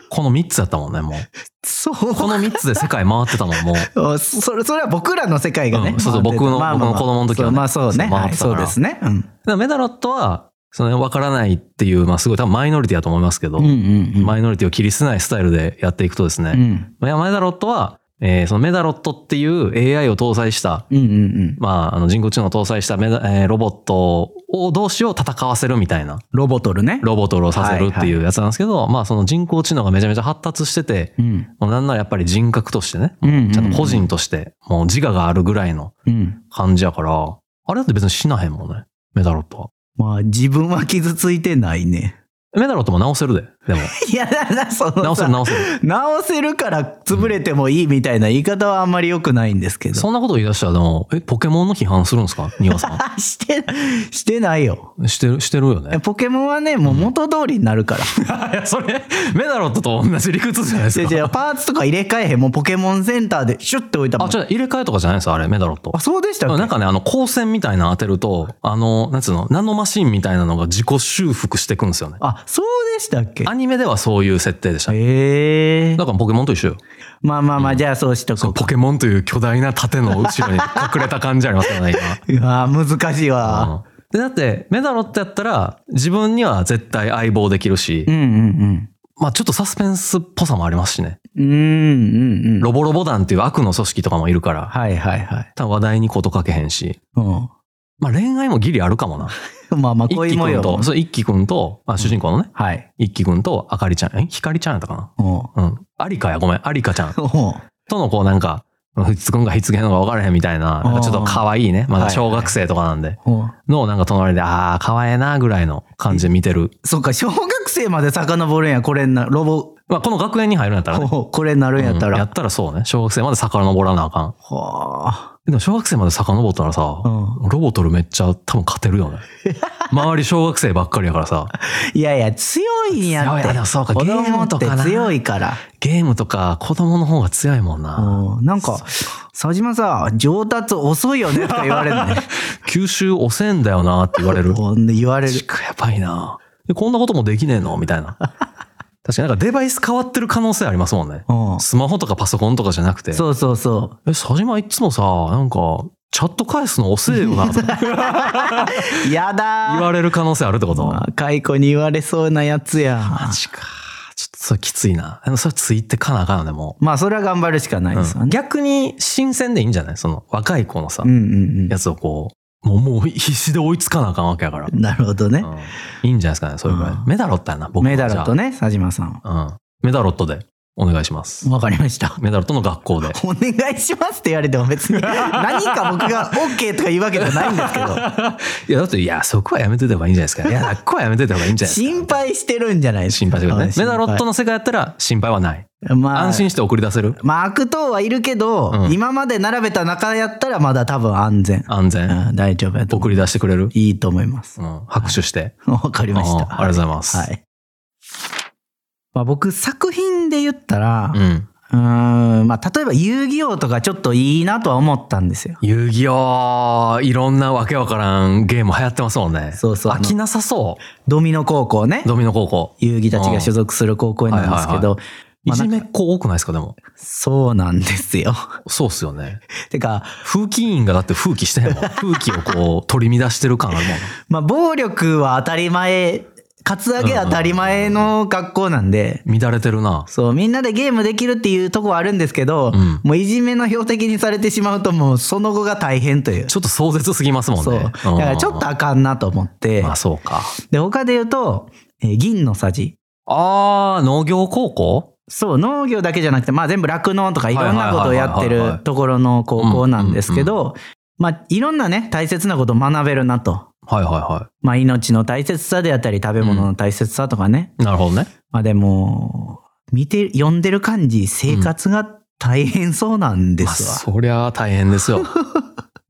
Speaker 2: この3つだったもんね、もう。こ
Speaker 3: そ
Speaker 2: の3つで世界回ってたもん、 もう。
Speaker 3: う、それ、それは僕らの世界がね
Speaker 2: う。んそうそう
Speaker 3: まあ
Speaker 2: 僕の
Speaker 3: まあまあまあ
Speaker 2: 僕の子供の時はね
Speaker 3: まあそうね。
Speaker 2: そう
Speaker 3: は
Speaker 2: 回
Speaker 3: い、
Speaker 2: ってたか
Speaker 3: そ
Speaker 2: ら
Speaker 3: うですね。うん。
Speaker 2: だからメダロットは、そのわからないっていう、まあすごい多分マイノリティだと思いますけど、
Speaker 3: うんうんうん。
Speaker 2: マイノリティを切り捨てないスタイルでやっていくとです
Speaker 3: う
Speaker 2: ね、
Speaker 3: ん
Speaker 2: まあメダロットは、えーそのメダロットっていう AI を搭載した、
Speaker 3: うんうん。
Speaker 2: まあ、あの人工知能を搭載したメダ、えーロボットを同士を戦わせるみたいな、
Speaker 3: ロボトルね。
Speaker 2: ロボトルをさせるっていうやつなんですけど、まあその人工知能がめちゃめちゃ発達してて、
Speaker 3: うん。
Speaker 2: もうなんならやっぱり人格としてね、
Speaker 3: うん。
Speaker 2: ちゃんと個人として、もう自我があるぐらいの
Speaker 3: うん。
Speaker 2: 感じやから、あれだって別に死なへんもんね。メダロットは。
Speaker 3: まあ自分は傷ついてないね。
Speaker 2: メダロットも直せるで。でも、
Speaker 3: いや、だから その
Speaker 2: 直せ
Speaker 3: さ
Speaker 2: る直せ る。
Speaker 3: 直せるから潰れてもいいみたいな言い方はあんまり良くないんですけど。
Speaker 2: そんなこと言い出したら、でも、え、ポケモンの批判するんですか庭さ
Speaker 3: して、してないよ。
Speaker 2: ん。してる、してるよ
Speaker 3: いや
Speaker 2: ね。
Speaker 3: ポケモンはね、もう元通りになるから。
Speaker 2: いや、それ、メダロットと同じ理屈じゃないで
Speaker 3: じゃじゃパーツとか入れ替えへん。もうポケモンセンターでシュッて置いたも
Speaker 2: あ、
Speaker 3: ん。
Speaker 2: ちょっと入れ替えとかじゃないんですよ、あれ、メダロット
Speaker 3: あ、。そうでしたっけ
Speaker 2: なんかね、あの、光線みたいなの当てると、あの、なんつうの、ナノマシンみたいなのが自己修復していくんですよね。
Speaker 3: あ、そうでしたっけ
Speaker 2: アニメではそういう設定でした。
Speaker 3: へえ
Speaker 2: だ。からポケモンと一緒よ。
Speaker 3: まあまあまあ、じゃあそうしとこう
Speaker 2: ポケモンという巨大な盾の後ろに隠れた感じありますよね、今。
Speaker 3: うわー難しいわ。
Speaker 2: で、だって、メダロってやったら、自分には絶対相棒できるし、
Speaker 3: うんうん
Speaker 2: まあちょっとサスペンスっぽさもありますしね。
Speaker 3: うん。うんうんうん。
Speaker 2: ロボロボ団っていう悪の組織とかもいるから、
Speaker 3: はいはいはい。
Speaker 2: 多分話題に事かけへんし、
Speaker 3: う
Speaker 2: まあ恋愛もギリあるかもな。
Speaker 3: ん。まあまあ、
Speaker 2: 一
Speaker 3: 恋
Speaker 2: 輝
Speaker 3: 模
Speaker 2: くん
Speaker 3: 様。
Speaker 2: と、そう、一輝くんと、まあ主人公のね、
Speaker 3: はい。
Speaker 2: 一輝くんとあかりちゃん、えひかりちゃんやったか
Speaker 3: うん。うん。
Speaker 2: なうん。ありかや、ごめん、ありかちゃん。とのこうなんか、ひつくんがひつげんのか分からへんみたいな、なんかちょっと可愛いね、まだ小学生とかなんで、
Speaker 3: うん。
Speaker 2: のなんか隣で、ああ、可愛いなぐらいの感じで見てる。
Speaker 3: そっか、小学生まで遡るんや、これな、ロボ、
Speaker 2: まあこの学園に入るんやったらね。
Speaker 3: ほうこれなるんやった
Speaker 2: うんや
Speaker 3: ら。
Speaker 2: ったらそうね。小学生まで遡らなあかん。
Speaker 3: はあ。
Speaker 2: でも小学生まで遡ったらさ、
Speaker 3: う
Speaker 2: ロボトルめっちゃ多分勝て るよね。周り小学生ばっかりやからさ、
Speaker 3: いやいや、強いんやっ
Speaker 2: 強い
Speaker 3: て。
Speaker 2: なそうか
Speaker 3: 子
Speaker 2: ゲー
Speaker 3: 供
Speaker 2: ム
Speaker 3: っ
Speaker 2: と
Speaker 3: て
Speaker 2: かな
Speaker 3: 強いから。
Speaker 2: ゲームとか子供の方が強いもんな。
Speaker 3: うん。なんか、佐島さん、上達遅いよねって言われ るね。
Speaker 2: 吸収遅えんだよなって言わ れる。
Speaker 3: ほんで言われる。
Speaker 2: やばいなでこんなこともできねえのみた いな。確かになんかデバイス変わってる可能性ありますもんね。
Speaker 3: うん。
Speaker 2: スマホとかパソコンとかじゃなくて。
Speaker 3: そうそうそ
Speaker 2: え、佐島いつもさ、なんか、チャット返すの遅えよな、と か
Speaker 3: う。や
Speaker 2: 言
Speaker 3: だー。
Speaker 2: われる可能性あるっ てこと
Speaker 3: 若い子に言われそうなやつや
Speaker 2: マ。ジか。ちょっとそれきついな。でもそれついてかなあかんよね、も
Speaker 3: まあ、それは頑張るしかな
Speaker 2: う。
Speaker 3: いですわ
Speaker 2: うん
Speaker 3: ね。
Speaker 2: 逆に新鮮でいいんじゃないその若い子のさ、
Speaker 3: うんうんうん。
Speaker 2: やつをこもう、もう必死で追いつかなあかんわけやから。
Speaker 3: なるほどね。
Speaker 2: うんいいんじゃないですかね、それぐらい
Speaker 3: うん。
Speaker 2: メダロットやな、僕は
Speaker 3: メダロット
Speaker 2: じ
Speaker 3: ね、佐島さん。
Speaker 2: ゃあうん。メダロットでお願いします。
Speaker 3: わかりました。
Speaker 2: メダロットの学校で。
Speaker 3: お願いしますって言われても別 に何か僕が OK とか言うわけじゃないんですけど
Speaker 2: いや、だって、いや、そこはやめといた方がいいんじゃな いですか。いや、そこはやめといた方がいいんじゃないですか。
Speaker 3: 心配してるんじゃないですか
Speaker 2: 心配してくだ
Speaker 3: はい
Speaker 2: さ
Speaker 3: 心
Speaker 2: いね。メ
Speaker 3: 配
Speaker 2: ダロットの世界やったら心配はない。
Speaker 3: まあ
Speaker 2: 安心して送り出せる。
Speaker 3: まあ悪党はいるけど、
Speaker 2: うん
Speaker 3: 今まで並べた中やったらまだ多分安全、
Speaker 2: 安
Speaker 3: う
Speaker 2: 全。
Speaker 3: ん、大丈夫やと思
Speaker 2: 送
Speaker 3: う
Speaker 2: り出してくれる。
Speaker 3: いいと思います
Speaker 2: うん。拍手して。
Speaker 3: わかりました
Speaker 2: ああありがとうございます
Speaker 3: はいまあ、僕作品で言ったら
Speaker 2: うん。
Speaker 3: うーんまあ例えば遊戯王とかちょっといいなとは思ったんですよ
Speaker 2: 遊戯王、いろんなわけわからんゲーム流行ってますもんね。
Speaker 3: そうそう
Speaker 2: 飽きなさそ
Speaker 3: ドミノ高校ね
Speaker 2: う。ドミノ高校。
Speaker 3: 遊戯たちが所属する高校なんですけど、
Speaker 2: い
Speaker 3: まあ
Speaker 2: じ
Speaker 3: なんか
Speaker 2: めっ子多くないですか、でも。
Speaker 3: そうなんですよ。
Speaker 2: そうっすよね。
Speaker 3: てか、
Speaker 2: 風紀委員がだって風紀し てないもん。風紀をこう取り乱してる感あるもん。
Speaker 3: まあ、暴力は当たり前、カツアゲは当たり前の学校なんで、
Speaker 2: 乱れてるな。
Speaker 3: そう、みんなでゲームできるっていうとこはあるんですけど、
Speaker 2: うん
Speaker 3: もういじめの標的にされてしまうと、もうその後が大変という。
Speaker 2: ちょっと壮絶すぎますもん
Speaker 3: そう。
Speaker 2: ね
Speaker 3: だ。からちょっとあかんなと思って
Speaker 2: うん、まあそうか。
Speaker 3: で、他で言うと、えー銀のさじ。
Speaker 2: あー、農業高校
Speaker 3: そう、農業だけじゃなくて、まあ全部酪農とかいろんなことをやって
Speaker 2: はいはいはいはい
Speaker 3: る
Speaker 2: はい
Speaker 3: ところの高校なんですけど、まあいろんなね、大切なことを学べるなと。
Speaker 2: はいはいは
Speaker 3: まあ、命の大切さであったり食べ物の大切さとかね、
Speaker 2: い。なるほどね。
Speaker 3: まあでも見て読んでる感じ生活が大変そうなんで
Speaker 2: まあ
Speaker 3: す
Speaker 2: そりゃあ大変 ですよ。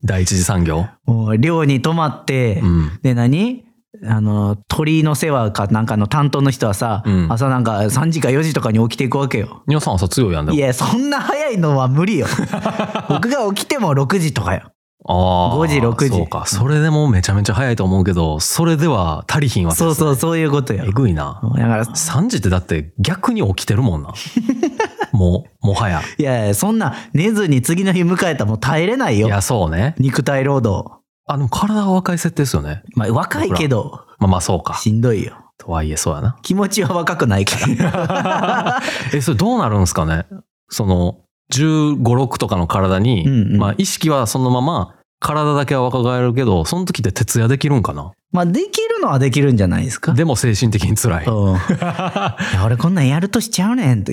Speaker 2: 第一次産業。
Speaker 3: わ、もう寮に泊まって、
Speaker 2: うん。
Speaker 3: で何あの鳥の世話かなんかの担当の人はさ、
Speaker 2: うん
Speaker 3: 朝なんか3時か4時とかに起きていくわけよ
Speaker 2: 皆さん朝強いやんで
Speaker 3: い
Speaker 2: も。
Speaker 3: やそんな早いのは無理 よ僕が起きても6時とかよ
Speaker 2: あー
Speaker 3: 5時6時
Speaker 2: そうか。それでもめちゃめちゃ早いと思うけど、それでは足りひんわけです、
Speaker 3: そうそ
Speaker 2: ね。
Speaker 3: うそういうことよ
Speaker 2: えぐいな。
Speaker 3: だから
Speaker 2: 3時ってだって逆に起きてるも んな。もう、もはや。
Speaker 3: いやいやそんな寝ずに次の日迎えたらもう耐えれない
Speaker 2: い
Speaker 3: よ
Speaker 2: や、そうね。
Speaker 3: 肉体労働
Speaker 2: あ、でも体は若い設定ですよね。
Speaker 3: まあ、若いけど、
Speaker 2: まあまあそうか。
Speaker 3: しんどいよ。
Speaker 2: とはいえそうやな。
Speaker 3: 気持ちは若くないから。
Speaker 2: え、それどうなるんですかねその、15、6とかの体に、
Speaker 3: うんうん
Speaker 2: まあ意識はそのまま、体だけは若返るけど、その時って徹夜できるんかな
Speaker 3: まあ、できるのはできるんじゃないですか。
Speaker 2: でも精神的に辛い。
Speaker 3: うん。いや俺こんなんやるとしちゃうねん と。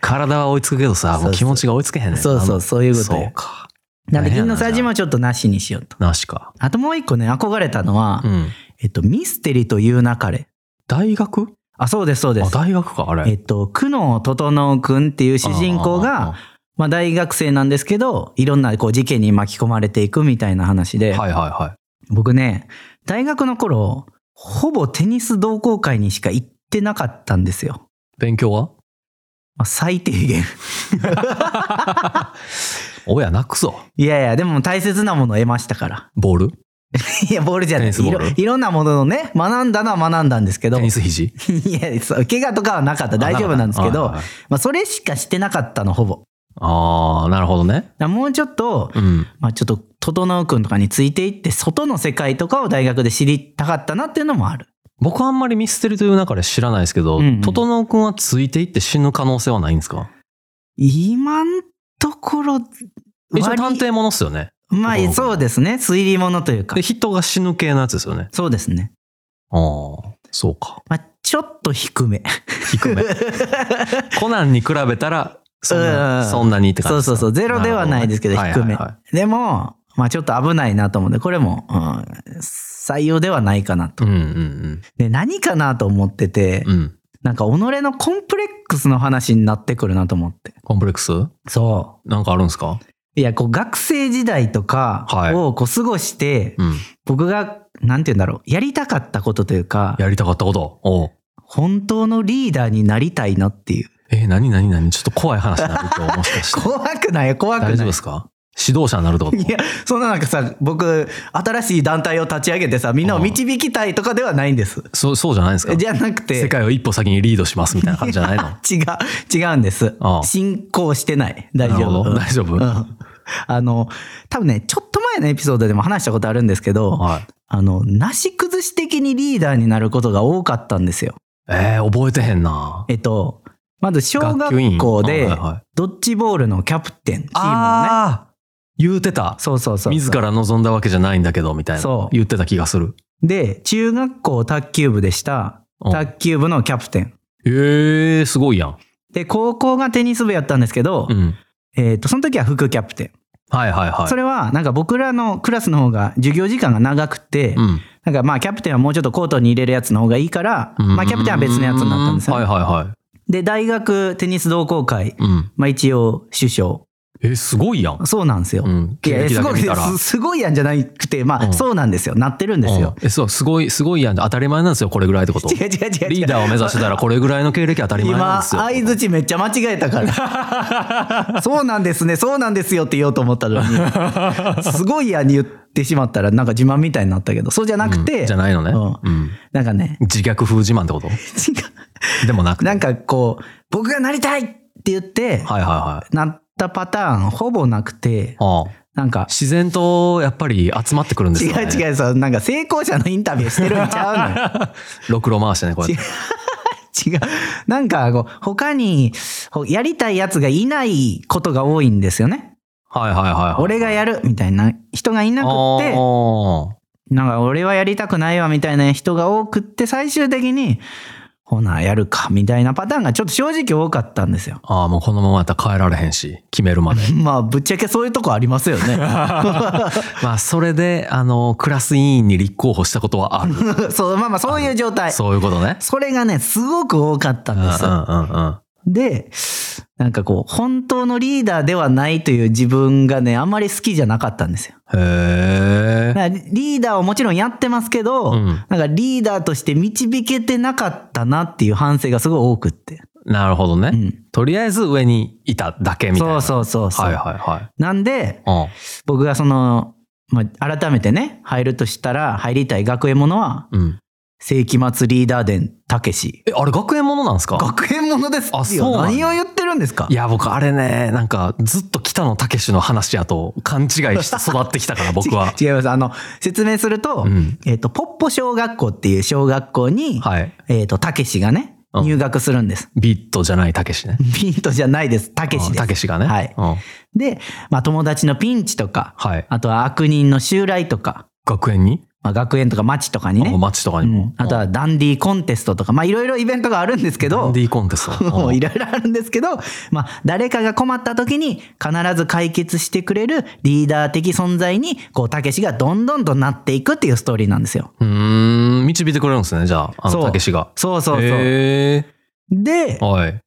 Speaker 2: 体は追いつくけどさ、もう気持ちが追いつけへんねんな
Speaker 3: そうそう、そういうこと
Speaker 2: そう
Speaker 3: よ。
Speaker 2: か。
Speaker 3: なんで、
Speaker 2: 大変
Speaker 3: 銀
Speaker 2: や
Speaker 3: の
Speaker 2: な
Speaker 3: さじもちょっとなしにしようと。
Speaker 2: なしか。
Speaker 3: あともう一個ね、憧れたのは、
Speaker 2: うん。
Speaker 3: えっと、ミステリというなかれ。
Speaker 2: 大学
Speaker 3: あ、そうです、そうで
Speaker 2: あ、
Speaker 3: す。
Speaker 2: 大学か、あれ。
Speaker 3: えっと、久能整君っていう主人公
Speaker 2: あ
Speaker 3: が、まあ、大学生なんですけど、いろんなこう事件に巻き込まれていくみたいな話で、
Speaker 2: ー、はいはいはい。
Speaker 3: 僕ね大学の頃ほぼテニス同好会にしか行ってなかったんですよ、
Speaker 2: 勉強は
Speaker 3: まあ、最低限
Speaker 2: 親なくぞ。
Speaker 3: いやいやでも大切なものを得ましたから
Speaker 2: ボール
Speaker 3: いやボールじゃない
Speaker 2: テニスボール
Speaker 3: いろいろんなもののね学んだのは学んだんですけど
Speaker 2: テ ニ
Speaker 3: い
Speaker 2: ス肘
Speaker 3: やそう怪我とかはなかった大丈夫なんですけど
Speaker 2: あかったはいはいはい
Speaker 3: まあ、それしかしてなかったのほぼだか
Speaker 2: あー、なるほどね。
Speaker 3: らもうちょっと、
Speaker 2: うん。
Speaker 3: まあ、ちょっと整君とかについていって外の世界とかを大学で知りたかったなっていうのもある
Speaker 2: 僕はあんまりミステリという中で知らないですけど、
Speaker 3: うんうん
Speaker 2: 整君はついていって死ぬ可能性はないんですか
Speaker 3: 今んところ
Speaker 2: 一応探
Speaker 3: 割
Speaker 2: 偵ものっすよね。
Speaker 3: まあ
Speaker 2: ところが
Speaker 3: そうですね推理ものというか
Speaker 2: で、人が死ぬ系のやつですよね。
Speaker 3: そうですね
Speaker 2: ああ、そうか。
Speaker 3: まあちょっと低め
Speaker 2: 低め。 コナンに比べたら、そんな、
Speaker 3: うん
Speaker 2: そんなにって感じ
Speaker 3: そうそ
Speaker 2: ですか
Speaker 3: うそうゼロではないですけど
Speaker 2: なる
Speaker 3: 低
Speaker 2: ほね
Speaker 3: め、
Speaker 2: はいはいは
Speaker 3: でもまあちょっと危ないなと思うんでこれも、うん採用ではないかないと、
Speaker 2: うんうん
Speaker 3: で何かなと思ってて、
Speaker 2: うん。うん。
Speaker 3: なんか己のコンプレックスの話になってくるなと思って
Speaker 2: コンプレックス
Speaker 3: そ
Speaker 2: なんかあるんですか
Speaker 3: ういやこう学生時代とか
Speaker 2: はい
Speaker 3: をこう過ごして、
Speaker 2: うん。
Speaker 3: 僕がなんて言うんだろうやりたかったことというか
Speaker 2: やりたかったこと。おう
Speaker 3: 本当のリーダーになりたいなっていう
Speaker 2: えー、何何何ちょっと怖い話になる今日もしかして。
Speaker 3: 怖くない怖くない
Speaker 2: 大丈夫ですか指導者になるって こと
Speaker 3: いや、そんななんかさ、僕、新しい団体を立ち上げてさ、みんなを導きたいとかではないんです。
Speaker 2: そう、そうじゃないんですか
Speaker 3: じゃなくて、
Speaker 2: 世界を一歩先にリードしますみたいな感じじ ゃないの
Speaker 3: 違う、違うんです
Speaker 2: あ。あ
Speaker 3: 進行してない。大丈
Speaker 2: なるほ
Speaker 3: 夫。
Speaker 2: ど大丈夫
Speaker 3: うんあの、多分ね、ちょっと前のエピソードでも話したことあるんですけど、
Speaker 2: はい。
Speaker 3: あの、なし崩し的にリーダーになることが多かったんですよ。
Speaker 2: えー、覚えてへんな。
Speaker 3: えっと、まず小
Speaker 2: 学級
Speaker 3: 学
Speaker 2: 委員
Speaker 3: 校
Speaker 2: はい
Speaker 3: で
Speaker 2: はいはい、
Speaker 3: ドッジボールのキャプテン、チームのね、
Speaker 2: あ言うてた。
Speaker 3: そうそうそう。
Speaker 2: 自ら望んだわけじゃないんだけど、みたいな
Speaker 3: そ。う
Speaker 2: 言ってた気がする。
Speaker 3: で、中学校卓球部でした。
Speaker 2: うん
Speaker 3: 卓球部のキャプテン。
Speaker 2: えー、すごいやん。
Speaker 3: で、高校がテニス部やったんですけど、
Speaker 2: うん。
Speaker 3: えっ、と、その時は副キャプテン。
Speaker 2: はいはいはい。
Speaker 3: それは、なんか僕らのクラスの方が授業時間が長くて、
Speaker 2: うん。
Speaker 3: なんかまあキャプテンはもうちょっとコートに入れるやつの方がいいから、
Speaker 2: うん
Speaker 3: まあキャプテンは別のやつになったんですよね、
Speaker 2: はいはいは
Speaker 3: で、大学テニス同好会、
Speaker 2: い。うん。
Speaker 3: まあ一応首相。
Speaker 2: えー、すごいやん。
Speaker 3: そうなんですよ。
Speaker 2: うん。
Speaker 3: い
Speaker 2: 経
Speaker 3: や
Speaker 2: 歴
Speaker 3: す
Speaker 2: だ
Speaker 3: ご
Speaker 2: け
Speaker 3: い
Speaker 2: 見
Speaker 3: で
Speaker 2: たら。
Speaker 3: すすごいやんじゃなくてまあ、
Speaker 2: うん
Speaker 3: そうなんですよなってるんですよ
Speaker 2: う、んえ、そう、すごい、すごいやん。当たり前なんですよ、これぐらいってこ と。
Speaker 3: 違う違う違う違う
Speaker 2: リーダーを目指してたら、これぐらいの経歴当たり前なん
Speaker 3: 今
Speaker 2: ですよ。
Speaker 3: 相づちめっちゃ間違えたから そうなんですねそうなんですよって言おうと思ったの にすごいやんに言ってしまったらなんか自慢みたいになったけどそうじゃなくて、
Speaker 2: うんじゃないのね。
Speaker 3: う
Speaker 2: うん。
Speaker 3: なんかね
Speaker 2: 自虐風自慢ってこと
Speaker 3: 違
Speaker 2: でもなく
Speaker 3: う
Speaker 2: て。
Speaker 3: な
Speaker 2: はい
Speaker 3: んかこう僕がなりたいって言って、
Speaker 2: はいはい。
Speaker 3: なったパターンほぼなくて
Speaker 2: ああ
Speaker 3: なんか
Speaker 2: 自然とやっぱり集まってくるんです
Speaker 3: 違
Speaker 2: よ、ね。
Speaker 3: う違うそうなんか成功者のインタビューしてるんちゃうのよ
Speaker 2: ろくろ回してね、こうやって。
Speaker 3: 違う。なんか、こう、他に、ほやりたいやつがいないことが多いんですよね。
Speaker 2: はいはいはいはい。
Speaker 3: 俺がやるみたいな人がいなくって、
Speaker 2: あ
Speaker 3: なんか俺はやりたくないわみたいな人が多くって、最終的に、ほな、やるか、みたいなパターンがちょっと正直多かったんですよ。
Speaker 2: ああ、もうこのままやったら変えられへんし、決めるまで。
Speaker 3: まあ、ぶっちゃけそういうとこありますよね。
Speaker 2: まあ、それで、あの、クラス委員に立候補したことはあ る。
Speaker 3: そう、まあまあ、そういう状態。
Speaker 2: そういうことね。
Speaker 3: それがね、すごく多かった
Speaker 2: うん
Speaker 3: ん
Speaker 2: うんう
Speaker 3: ですよ。
Speaker 2: ん
Speaker 3: で、なんかこう、本当のリーダーではないという自分がね、あんまり好きじゃなかったんですよ。
Speaker 2: うん。へえ。
Speaker 3: だからリーダーをもちろんやってますけど、
Speaker 2: うん
Speaker 3: なんかリーダーとして導けてなかったなっていう反省がすごい多くって。
Speaker 2: なるほどね。
Speaker 3: うん
Speaker 2: とりあえず上にいただけみたい
Speaker 3: そ
Speaker 2: な。
Speaker 3: うそうそうそう。
Speaker 2: はいはいはい。
Speaker 3: なんで、
Speaker 2: うん
Speaker 3: 僕がその、まあ、改めてね、入るとしたら、入りたい学園ものは、
Speaker 2: うん、
Speaker 3: 世紀末リーダー伝たけし。
Speaker 2: えあれ学園ものなんですか
Speaker 3: 学園ものですよ
Speaker 2: あそうなん
Speaker 3: 何
Speaker 2: や
Speaker 3: を言ってるんですか。
Speaker 2: いや僕あれねなんかずっと北野武の話やと勘違いして育ってきたから僕は
Speaker 3: 違います。あの、説明すると、
Speaker 2: うん
Speaker 3: えっ、と、ポッポ小学校っていう小学校に、
Speaker 2: はい、
Speaker 3: えっ、と、たけしがね、
Speaker 2: うん
Speaker 3: 入学するんです。
Speaker 2: ビットじゃない武ね。
Speaker 3: ピントじゃないです。たけしです
Speaker 2: た。けしがね。
Speaker 3: はい
Speaker 2: うん
Speaker 3: で、まあ、友達のピンチとか、
Speaker 2: はい。
Speaker 3: あとは悪人の襲来とか、
Speaker 2: 学園に、
Speaker 3: まあ、学園とか町とかにね、
Speaker 2: 街とか
Speaker 3: う
Speaker 2: にも。
Speaker 3: ん、あとはダンディーコンテストとか、まあ、いろいろイベントがあるんですけ
Speaker 2: ダ
Speaker 3: ど
Speaker 2: ンデ、ィーコンテスト。
Speaker 3: も
Speaker 2: う
Speaker 3: うんいろいろあるんですけど、まあ、誰かが困った時に必ず解決してくれるリーダー的存在に、こう、たけしがどんどんとなっていくっていうストーリーなんですよ。
Speaker 2: うーん導いてくれるんですねじゃああ
Speaker 3: そう
Speaker 2: のたけしが。
Speaker 3: そうそうそう。
Speaker 2: へ
Speaker 3: で
Speaker 2: え、はい。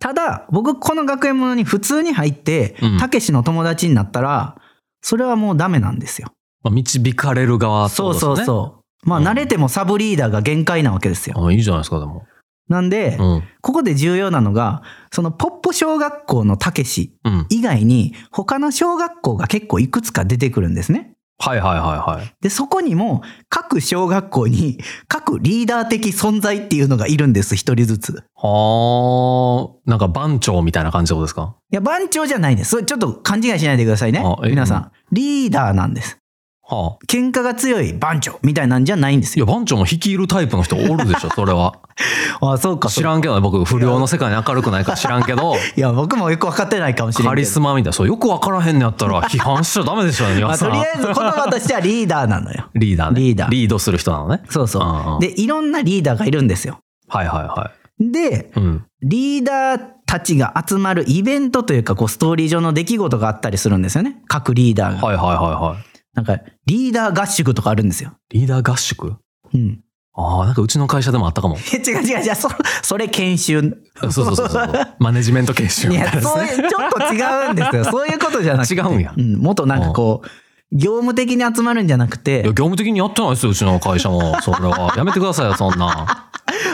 Speaker 3: ただ、僕、この学園ものに普通に入って
Speaker 2: うん、
Speaker 3: たけしの友達になったら、それはもうダメなんですよ。
Speaker 2: まあ、導かれる側って
Speaker 3: そ
Speaker 2: こ
Speaker 3: う
Speaker 2: とです
Speaker 3: そう
Speaker 2: ね。
Speaker 3: そう。まあ、
Speaker 2: うん
Speaker 3: 慣れてもサブリーダーが限界なわけですよ。
Speaker 2: あいいじゃないですかでも。
Speaker 3: なんで
Speaker 2: う、ん
Speaker 3: ここで重要なのが、そのポッポ小学校のたけし
Speaker 2: うん。
Speaker 3: 以外に、他の小学校が結構いくつか出てくるんですね。
Speaker 2: はいはいはいはい。
Speaker 3: で、そこにも、各小学校に、各リーダー的存在っていうのがいるんです、一人ずつ。
Speaker 2: はあなんか番長みたいな感じってことですか
Speaker 3: いや、番長じゃないです。それちょっと勘違いしないでくださいね
Speaker 2: あ。え
Speaker 3: 皆さん。リーダーなんです。
Speaker 2: はあ。
Speaker 3: 喧嘩が強い番長みたいなんじゃないんです
Speaker 2: いや
Speaker 3: よ。
Speaker 2: 番長も率いるタイプの人お るでしょそれは。
Speaker 3: あ、そうか。そう
Speaker 2: 知らんけどね僕不良の世界に明るくないから知らんけど。
Speaker 3: いや、僕もよく分かってないかもしれない。
Speaker 2: カリスマみたいなそうよくわからへんのや ったら批判しちゃダメでしょ
Speaker 3: ま
Speaker 2: 皆
Speaker 3: あ、と
Speaker 2: さん。
Speaker 3: りあえず言葉としてはリーダーなのよ
Speaker 2: リーダーね
Speaker 3: リーダー
Speaker 2: リードする人なのね
Speaker 3: そうそ
Speaker 2: うんう
Speaker 3: う。
Speaker 2: ん
Speaker 3: で、いろんなリーダーがいるんですよ。
Speaker 2: はいはいは
Speaker 3: で、
Speaker 2: いうん
Speaker 3: リーダーたちが集まるイベントというか、こう、ストーリー上の出来事があったりするんですよね。各リーダーが。
Speaker 2: はいはいはいはい
Speaker 3: なんか、リーダー合宿とかあるんですよ。
Speaker 2: リーダー合宿
Speaker 3: うん。
Speaker 2: ああ、なんかうちの会社でもあったかも。
Speaker 3: え違う違う違う、そそれ研修。
Speaker 2: そうそうそう そう。マネジメント研修
Speaker 3: い
Speaker 2: みたいな
Speaker 3: や、
Speaker 2: です
Speaker 3: そう
Speaker 2: ね。
Speaker 3: いう、ちょっと違うんです よ。そういうことじゃなくて。
Speaker 2: 違うんや
Speaker 3: うん、もっとなんかこう、業務的に集まるんじゃなく
Speaker 2: い
Speaker 3: て
Speaker 2: や、業、務的にやってないですよ、うちの会 社も。それは。やめてくださいよ、そんな。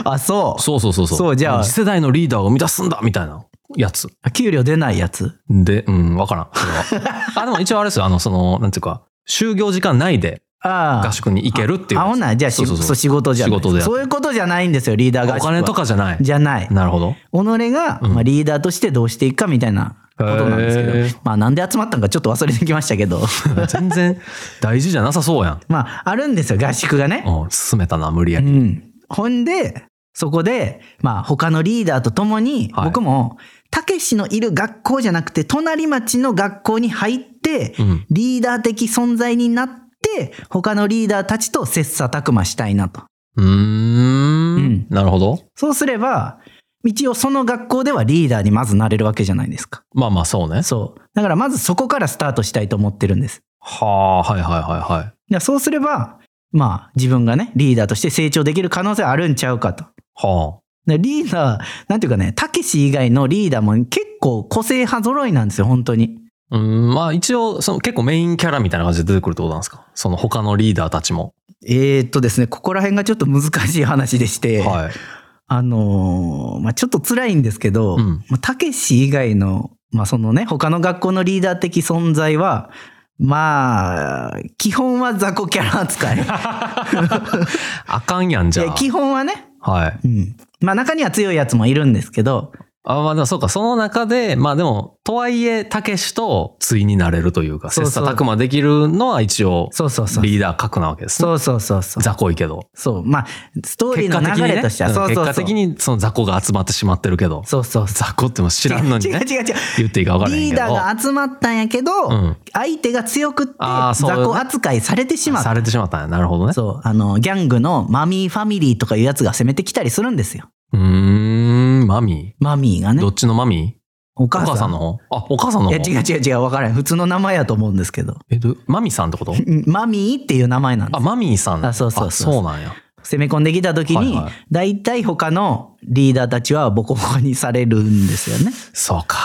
Speaker 3: あ、そう。
Speaker 2: そうそうそうそう。
Speaker 3: そうじゃあ
Speaker 2: 次世代のリーダーを生み出すんだみたいなやつ。
Speaker 3: 給料出ないやつ。
Speaker 2: で、うん、わからん。そ れは。あ、でも一応あれですよ、あの、その、なんていうか、就業時間内で
Speaker 3: ああ。
Speaker 2: 合宿に行けるっていう。
Speaker 3: あほんならじゃあし
Speaker 2: そうそうそう
Speaker 3: そう仕事じゃない
Speaker 2: 仕事でやって
Speaker 3: そういうことじゃないんですよリーダーが
Speaker 2: お金とかじゃない。
Speaker 3: じゃない
Speaker 2: なる ほど。
Speaker 3: 己が、
Speaker 2: うん
Speaker 3: まあ、リーダーとしてどうしていくかみたいなことなんですけど、
Speaker 2: へー
Speaker 3: まあなんで集まったのかちょっと忘れてきましたけ ど
Speaker 2: 全然大事じゃなさそうやん。
Speaker 3: まああるんですよ合宿がね
Speaker 2: うん、進めたな、無理や
Speaker 3: う
Speaker 2: り。
Speaker 3: んほんでそこで、まあ、他のリーダーと共に、
Speaker 2: はい
Speaker 3: 僕も、たけしのいる学校じゃなくて、隣町の学校に入って、
Speaker 2: うん
Speaker 3: リーダー的存在になって、他のリーダーたちと切磋琢磨したいなと。
Speaker 2: うーん
Speaker 3: うん
Speaker 2: なるほど。
Speaker 3: そうすれば、一応その学校ではリーダーにまずなれるわけじゃないですか。
Speaker 2: まあまあそうね。
Speaker 3: そう。だからまずそこからスタートしたいと思ってるんです。
Speaker 2: はあ、はいはいはいはい。
Speaker 3: だからそうすれば、まあ自分がね、リーダーとして成長できる可能性あるんちゃうかと。
Speaker 2: は
Speaker 3: でリーダー、なんていうかね、たけし以外のリーダーも結構個性派揃いなんですよ、本当に。
Speaker 2: あ。うん、まあ一応、その結構メインキャラみたいな感じで出てくるってことなんですかその他のリーダーたちも。
Speaker 3: えー、っとですね、ここら辺がちょっと難しい話でして、
Speaker 2: はい。
Speaker 3: あのーまあちょっと辛いんですけど
Speaker 2: うん、
Speaker 3: まあたけし以外の、まあそのね、他の学校のリーダー的存在は、まあ、基本は雑魚キャラ 扱い。い
Speaker 2: あかんやんじゃ
Speaker 3: や基本はね、
Speaker 2: あ。はい。
Speaker 3: うん。まあ中には強いやつもいるんですけど、
Speaker 2: あまあでもそうか、その中で、まあでも、とはいえ、たけしと対になれるというか、
Speaker 3: そ
Speaker 2: 切
Speaker 3: うそ
Speaker 2: 磋
Speaker 3: う
Speaker 2: 琢磨できるのは一応、
Speaker 3: そうそうそう。
Speaker 2: リーダー格なわけですね。
Speaker 3: そうそうそうそう。
Speaker 2: 雑魚いけど。
Speaker 3: そう。まあ、ストーリーの流れとしては、
Speaker 2: 結
Speaker 3: そうそうそう。
Speaker 2: 果的にその雑魚が集まってしまってるけど、
Speaker 3: そうそうそう。
Speaker 2: 雑魚っても知らんのにね、
Speaker 3: 違う違う違う。
Speaker 2: 言っていいか分からへん
Speaker 3: リ
Speaker 2: け
Speaker 3: ー
Speaker 2: ど。
Speaker 3: ダーが集まったんやけど、
Speaker 2: うん
Speaker 3: 相手が強くって
Speaker 2: あー
Speaker 3: 雑
Speaker 2: そういうね
Speaker 3: 魚扱いされてしまう
Speaker 2: されてしまったんや。なるほどね。
Speaker 3: そうあのギャングのマミーファミリーとかいうやつが攻めてきたりするんですよ
Speaker 2: うーん、マミ
Speaker 3: マミーが
Speaker 2: ー
Speaker 3: ね
Speaker 2: どっちのマミ
Speaker 3: お
Speaker 2: ーお
Speaker 3: 母さん
Speaker 2: 母さんの方あ、お母さんの
Speaker 3: い
Speaker 2: 方
Speaker 3: や違う違う違う分からん普通の名前やと思うんですけど
Speaker 2: えどマミさんってこと
Speaker 3: うんマミーっていう名前なんで
Speaker 2: あ、マミーさん。
Speaker 3: あそうそうそう
Speaker 2: あそうなんや。
Speaker 3: す攻め込んできた時に、
Speaker 2: はいはい
Speaker 3: 大体他のリーダーたちはボコボコにされるんですよ ね
Speaker 2: そうか。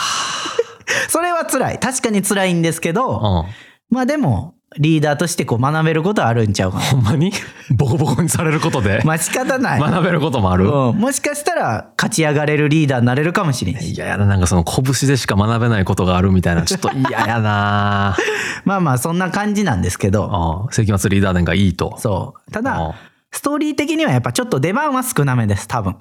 Speaker 3: それは辛い確かに辛いんですけど、
Speaker 2: うん。
Speaker 3: まあでもリーダーとしてこう学べることはあるんちゃうかな
Speaker 2: ほんま にボコボコにされることで
Speaker 3: まあ仕方 ない、
Speaker 2: 学べることもある、
Speaker 3: うん、もしかしたら勝ち上がれるリーダーになれるかもしれない
Speaker 2: いややだなんかその拳でしか学べないことがあるみたいなちょっと嫌やな
Speaker 3: まあまあそんな感じなんですけど
Speaker 2: ああ世紀末リーダー伝がいいと
Speaker 3: そうた
Speaker 2: あ
Speaker 3: だ
Speaker 2: あ
Speaker 3: ストーリー的にはやっぱちょっと出番は少なめです多分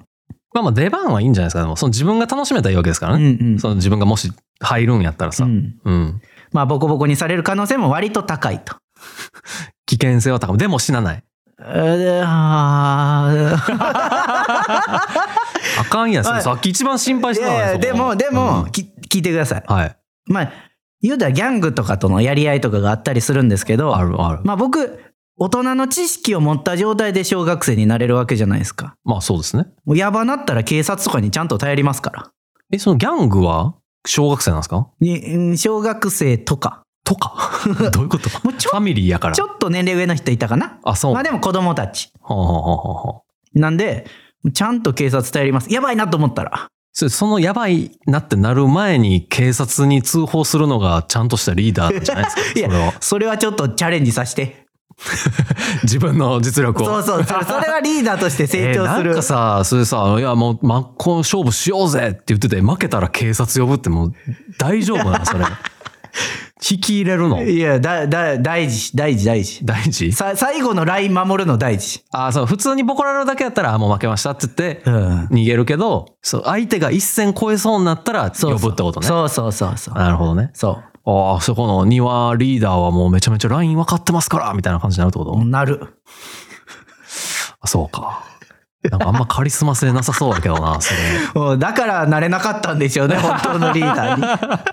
Speaker 2: まあまあ出番はいいんじゃないですかでもその自分が楽しめたらいいわけですから
Speaker 3: うん
Speaker 2: ね、
Speaker 3: うん
Speaker 2: その自分がもし入るんやったらさ、
Speaker 3: う
Speaker 2: うん
Speaker 3: んまあボコボコにされる可能性も割と高いと。
Speaker 2: 危険性は高いでも死なない
Speaker 3: えーあー
Speaker 2: あかんや つ、
Speaker 3: はい
Speaker 2: さっき一番心配し
Speaker 3: い
Speaker 2: てたのに
Speaker 3: やい
Speaker 2: そ
Speaker 3: やで
Speaker 2: こ
Speaker 3: もで
Speaker 2: う
Speaker 3: も、
Speaker 2: ん
Speaker 3: き聞いてください。
Speaker 2: はい
Speaker 3: まあ言うたらギャングとかとのやり合いとかがあったりするんですけど
Speaker 2: あるある
Speaker 3: まあ僕大人の知識を持った状態で小学生になれるわけじゃないですか。
Speaker 2: まあそうですね
Speaker 3: もうやばなったら警察とかにちゃんと頼りますから。
Speaker 2: えそのギャングは小学生なんですか
Speaker 3: にうん小学生とか。
Speaker 2: とか どういうことフ
Speaker 3: もうちょ
Speaker 2: ァミリーやから
Speaker 3: ちょっと年齢上の人いたかな。
Speaker 2: あそう、
Speaker 3: まあでも子供たち。
Speaker 2: はあはあはあはあ
Speaker 3: なんで、ちゃんと警察頼ります。やばいなと思ったら。
Speaker 2: そそのやばいなってなる前に警察に通報するのがちゃんとしたリーダーじゃないですか
Speaker 3: いや
Speaker 2: それは
Speaker 3: それはちょっとチャレンジさせて。
Speaker 2: 自分の実力を
Speaker 3: そうそう。それそれはリーダーとして成長す
Speaker 2: えーなん
Speaker 3: る
Speaker 2: か。さそれさ「いやもう真っ向勝負しようぜ」って言ってて負けたら警察呼ぶってもう大丈夫な のそれ引き入れるの
Speaker 3: いや、だ、だ、大事、大事、大事。
Speaker 2: 大事
Speaker 3: さ、最後のライン守るの大事。
Speaker 2: あそう普通にボコられるだけやったらあ「もう負けました」って言って
Speaker 3: うん。
Speaker 2: 逃げるけどそう相手が一線超えそうになったら呼ぶってことね
Speaker 3: そうそうそうそう。
Speaker 2: なるほどね
Speaker 3: そ
Speaker 2: ああそこの庭リーダーはもうめちゃめちゃライン分かってますからみたいな感じになるってこと、
Speaker 3: う。なる。
Speaker 2: あそうか。なんかあんまカリスマ性なさそうだけどな、それ。
Speaker 3: もうだからなれなかったんで しょうね、本当のリーダー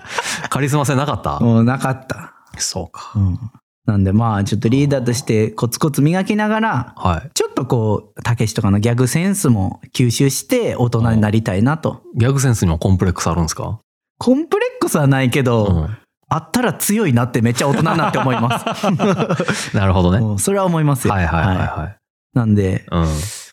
Speaker 2: カリスマ性なかった
Speaker 3: に。 もうなかった。
Speaker 2: そうか。
Speaker 3: うん。なんでまあちょっとリーダーとしてコツコツ磨きながら、
Speaker 2: はい。
Speaker 3: ちょっとこう、たけしとかのギャグセンスも吸収して大人になりたいなと。
Speaker 2: ギャグセンスにもコンプレックスあるんですか
Speaker 3: コンプレックスはないけど、
Speaker 2: うん。
Speaker 3: あったら強いなってめっちゃ大人になって思い ます。
Speaker 2: なるほどね。
Speaker 3: うんそれは思いますよ。
Speaker 2: はいはいはいはい。
Speaker 3: なんで、
Speaker 2: うん。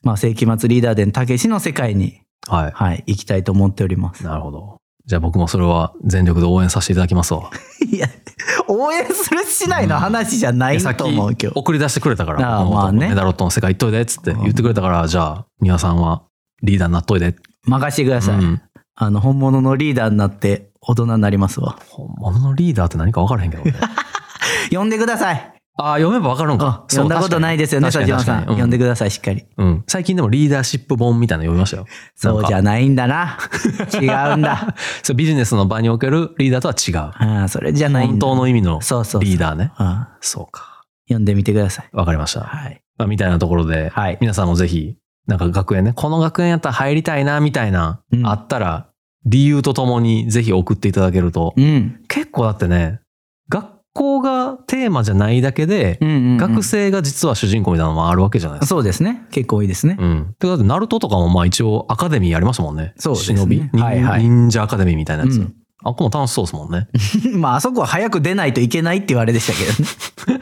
Speaker 3: まあ世紀末リーダー伝たけしの世界に、
Speaker 2: は
Speaker 3: はい、行きたいと思っております
Speaker 2: い。。なるほど。じゃあ僕もそれは全力で応援させていただきますわ。
Speaker 3: いや、応援するしないの話じゃない
Speaker 2: えさっ
Speaker 3: と思う
Speaker 2: き
Speaker 3: 今日。
Speaker 2: 送り出してくれたから、
Speaker 3: ああ
Speaker 2: 岡
Speaker 3: まあ
Speaker 2: 本
Speaker 3: ね
Speaker 2: メダロットの世界行っといでっつって言ってくれたから、じゃあ、皆さんはリーダーになっといで。
Speaker 3: 任してくだ
Speaker 2: う
Speaker 3: さい。
Speaker 2: ん。
Speaker 3: あの、本物のリーダーになって大人になりますわ。
Speaker 2: 本物のリーダーって何か分からへんけどね。
Speaker 3: 呼んでください。
Speaker 2: ああ、読めば分かるんか
Speaker 3: あ。呼んだことないですよね、
Speaker 2: 確
Speaker 3: 佐
Speaker 2: かに
Speaker 3: 島さん。
Speaker 2: 確かに
Speaker 3: 呼んでください、しっかり。
Speaker 2: うん。最近でもリーダーシップ本みたいなの読みましたよ。
Speaker 3: そうじ
Speaker 2: ゃ
Speaker 3: ゃないんだ な。違うんだ。
Speaker 2: そうビジネスの場におけるリーダーとは違う。
Speaker 3: ああ、それじゃないん
Speaker 2: 本
Speaker 3: だ。
Speaker 2: 当の意味の
Speaker 3: そうそうそう
Speaker 2: リーダーね。
Speaker 3: ああ
Speaker 2: そうか。
Speaker 3: 呼んでみてください。
Speaker 2: わかりました。
Speaker 3: はい。
Speaker 2: まあみたいなところで、
Speaker 3: はい
Speaker 2: 皆さんもぜひなんか学園ね、この学園やったら入りたいな、みたいな、
Speaker 3: うん
Speaker 2: あったら、理由とともにぜひ送っていただけると、
Speaker 3: うん。
Speaker 2: 結構だってね、学校がテーマじゃないだけで、
Speaker 3: うんうんうん
Speaker 2: 学生が実は主人公みたいなのもあるわけじゃないですか。
Speaker 3: そうですね。結構多いですね。
Speaker 2: うん。てかだって、ナルトとかもまあ一応アカデミーやりましたもんね。
Speaker 3: そうですね
Speaker 2: 忍び、忍
Speaker 3: はいはい
Speaker 2: 忍者アカデミーみたいなやつ。
Speaker 3: うん
Speaker 2: あ、ここも楽しそうですも んね。
Speaker 3: まあ、あそこは早く出ないといけないって言われでしたけどね。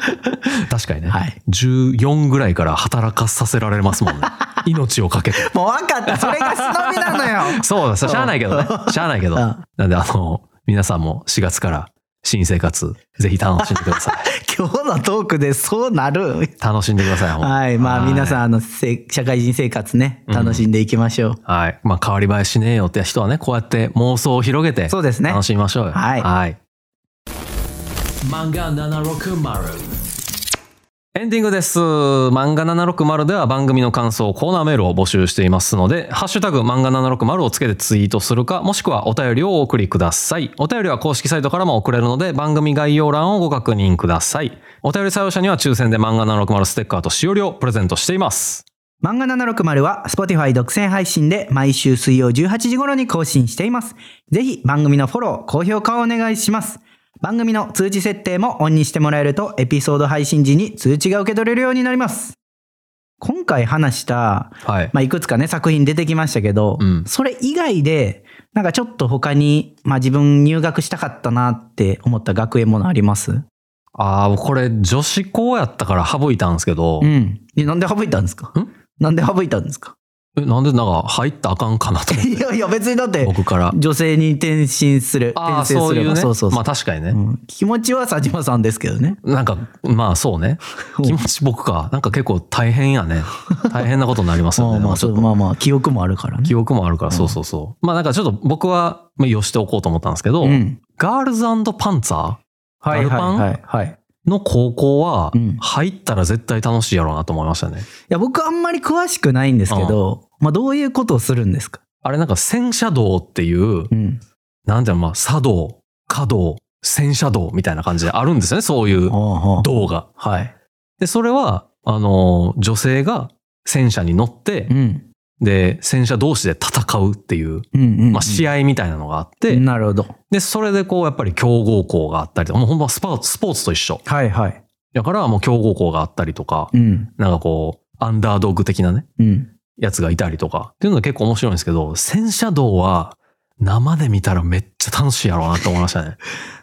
Speaker 2: 確かにね。
Speaker 3: はい
Speaker 2: 14ぐらいから働かさせられますもん ね。命をかけて。
Speaker 3: もう分かった。それが忍びなのよ。
Speaker 2: そうだ、しゃあないけどね。 しゃあないけど。
Speaker 3: うん
Speaker 2: なんで、あの、皆さんも4月から新生活、ぜひ楽しんでくだ さい。
Speaker 3: 今日のトークでそうなる。
Speaker 2: 楽しんでください、ほんま
Speaker 3: はい。まあ、皆さん、
Speaker 2: ん。
Speaker 3: あの、せ社会人生活ね、
Speaker 2: うん
Speaker 3: 楽しんでいきましょう。
Speaker 2: はい。まあ、変わり映えしねえよって人はね、こうやって妄想を広げて、
Speaker 3: そうですね
Speaker 2: 楽しみましょうよ。
Speaker 3: はい
Speaker 2: 漫画760。エンディングです。漫画760では番組の感想、コーナーメールを募集していますので、ハッシュタグ漫画760をつけてツイートするか、もしくはお便りをお送りください。お便りは公式サイトからも送れるので、番組概要欄をご確認ください。お便り採用者には抽選で漫画760ステッカーとしおりをプレゼントしています。
Speaker 3: 漫画760は Spotify 独占配信で毎週水曜18時頃に更新しています。ぜひ番組のフォロー、高評価をお願いします。番組の通知設定もオンにしてもらえるとエピソード配信時に通知が受け取れるようになります。今回話した、
Speaker 2: はい。
Speaker 3: まあ、いくつかね作品出てきましたけど、
Speaker 2: うん
Speaker 3: それ以外でなんかちょっと他に、まあ、自分入学したかったなって思った学園ものあります
Speaker 2: ああ、これ女子校やったから省いたんですけど、
Speaker 3: うん。えなんで省いたんですか
Speaker 2: ん
Speaker 3: なんで省いたんですか
Speaker 2: えなんでなんか入ったらあかんかなと思っ
Speaker 3: い
Speaker 2: て、
Speaker 3: やいや別にだって
Speaker 2: 僕から。
Speaker 3: 女性に転身する
Speaker 2: ああ、
Speaker 3: 転生
Speaker 2: そ
Speaker 3: す
Speaker 2: う
Speaker 3: れ
Speaker 2: いう
Speaker 3: ば
Speaker 2: ね。
Speaker 3: そうそうそう
Speaker 2: まあ確かにね。
Speaker 3: うん気持ちは佐島さんですけどね
Speaker 2: なんか、まあそうね。
Speaker 3: うん
Speaker 2: 気持ち僕か。なんか結構大変やね。大変なことになりますよ
Speaker 3: まあ
Speaker 2: ね。
Speaker 3: ま
Speaker 2: ま
Speaker 3: あ
Speaker 2: あち
Speaker 3: そ
Speaker 2: ょっ
Speaker 3: う
Speaker 2: と
Speaker 3: まあまあ記憶もあるからね
Speaker 2: 記憶もあるから、そうそうそう。まあなんかちょっと僕は、まあ、よしておこうと思ったんですけど、
Speaker 3: うん
Speaker 2: ガールズパンツァ
Speaker 3: は
Speaker 2: ガルパン
Speaker 3: はいはいい
Speaker 2: ーの高校は
Speaker 3: うん、
Speaker 2: 入ったら絶対楽しいやろうなと思いましたね。
Speaker 3: や僕あんまり詳しくないんですけど、まあどういうことをするんですか
Speaker 2: あれなんか戦車道っていう、
Speaker 3: うん
Speaker 2: なんていうの、まあ、茶道、華道、戦車道みたいな感じであるんですよね、そういう
Speaker 3: は
Speaker 2: 道が。
Speaker 3: あはい
Speaker 2: で、それは、あの、女性が戦車に乗って
Speaker 3: う、ん
Speaker 2: で、戦車同士で戦うっていう、
Speaker 3: うんうんうん
Speaker 2: まあ、試合みたいなのがあって、
Speaker 3: なるほど
Speaker 2: で、それでこう、やっぱり強豪校があったりとか、もうほんまスポーツ、スポーツと一緒。
Speaker 3: はいはい
Speaker 2: だから、もう強豪校があったりとか、
Speaker 3: うん
Speaker 2: なんかこう、アンダードッグ的なね、
Speaker 3: うん
Speaker 2: やつがいたりとか、っていうのが結構面白いんですけど、戦車道は、生で見たらめっちゃ楽しいやろうなと思いましたね。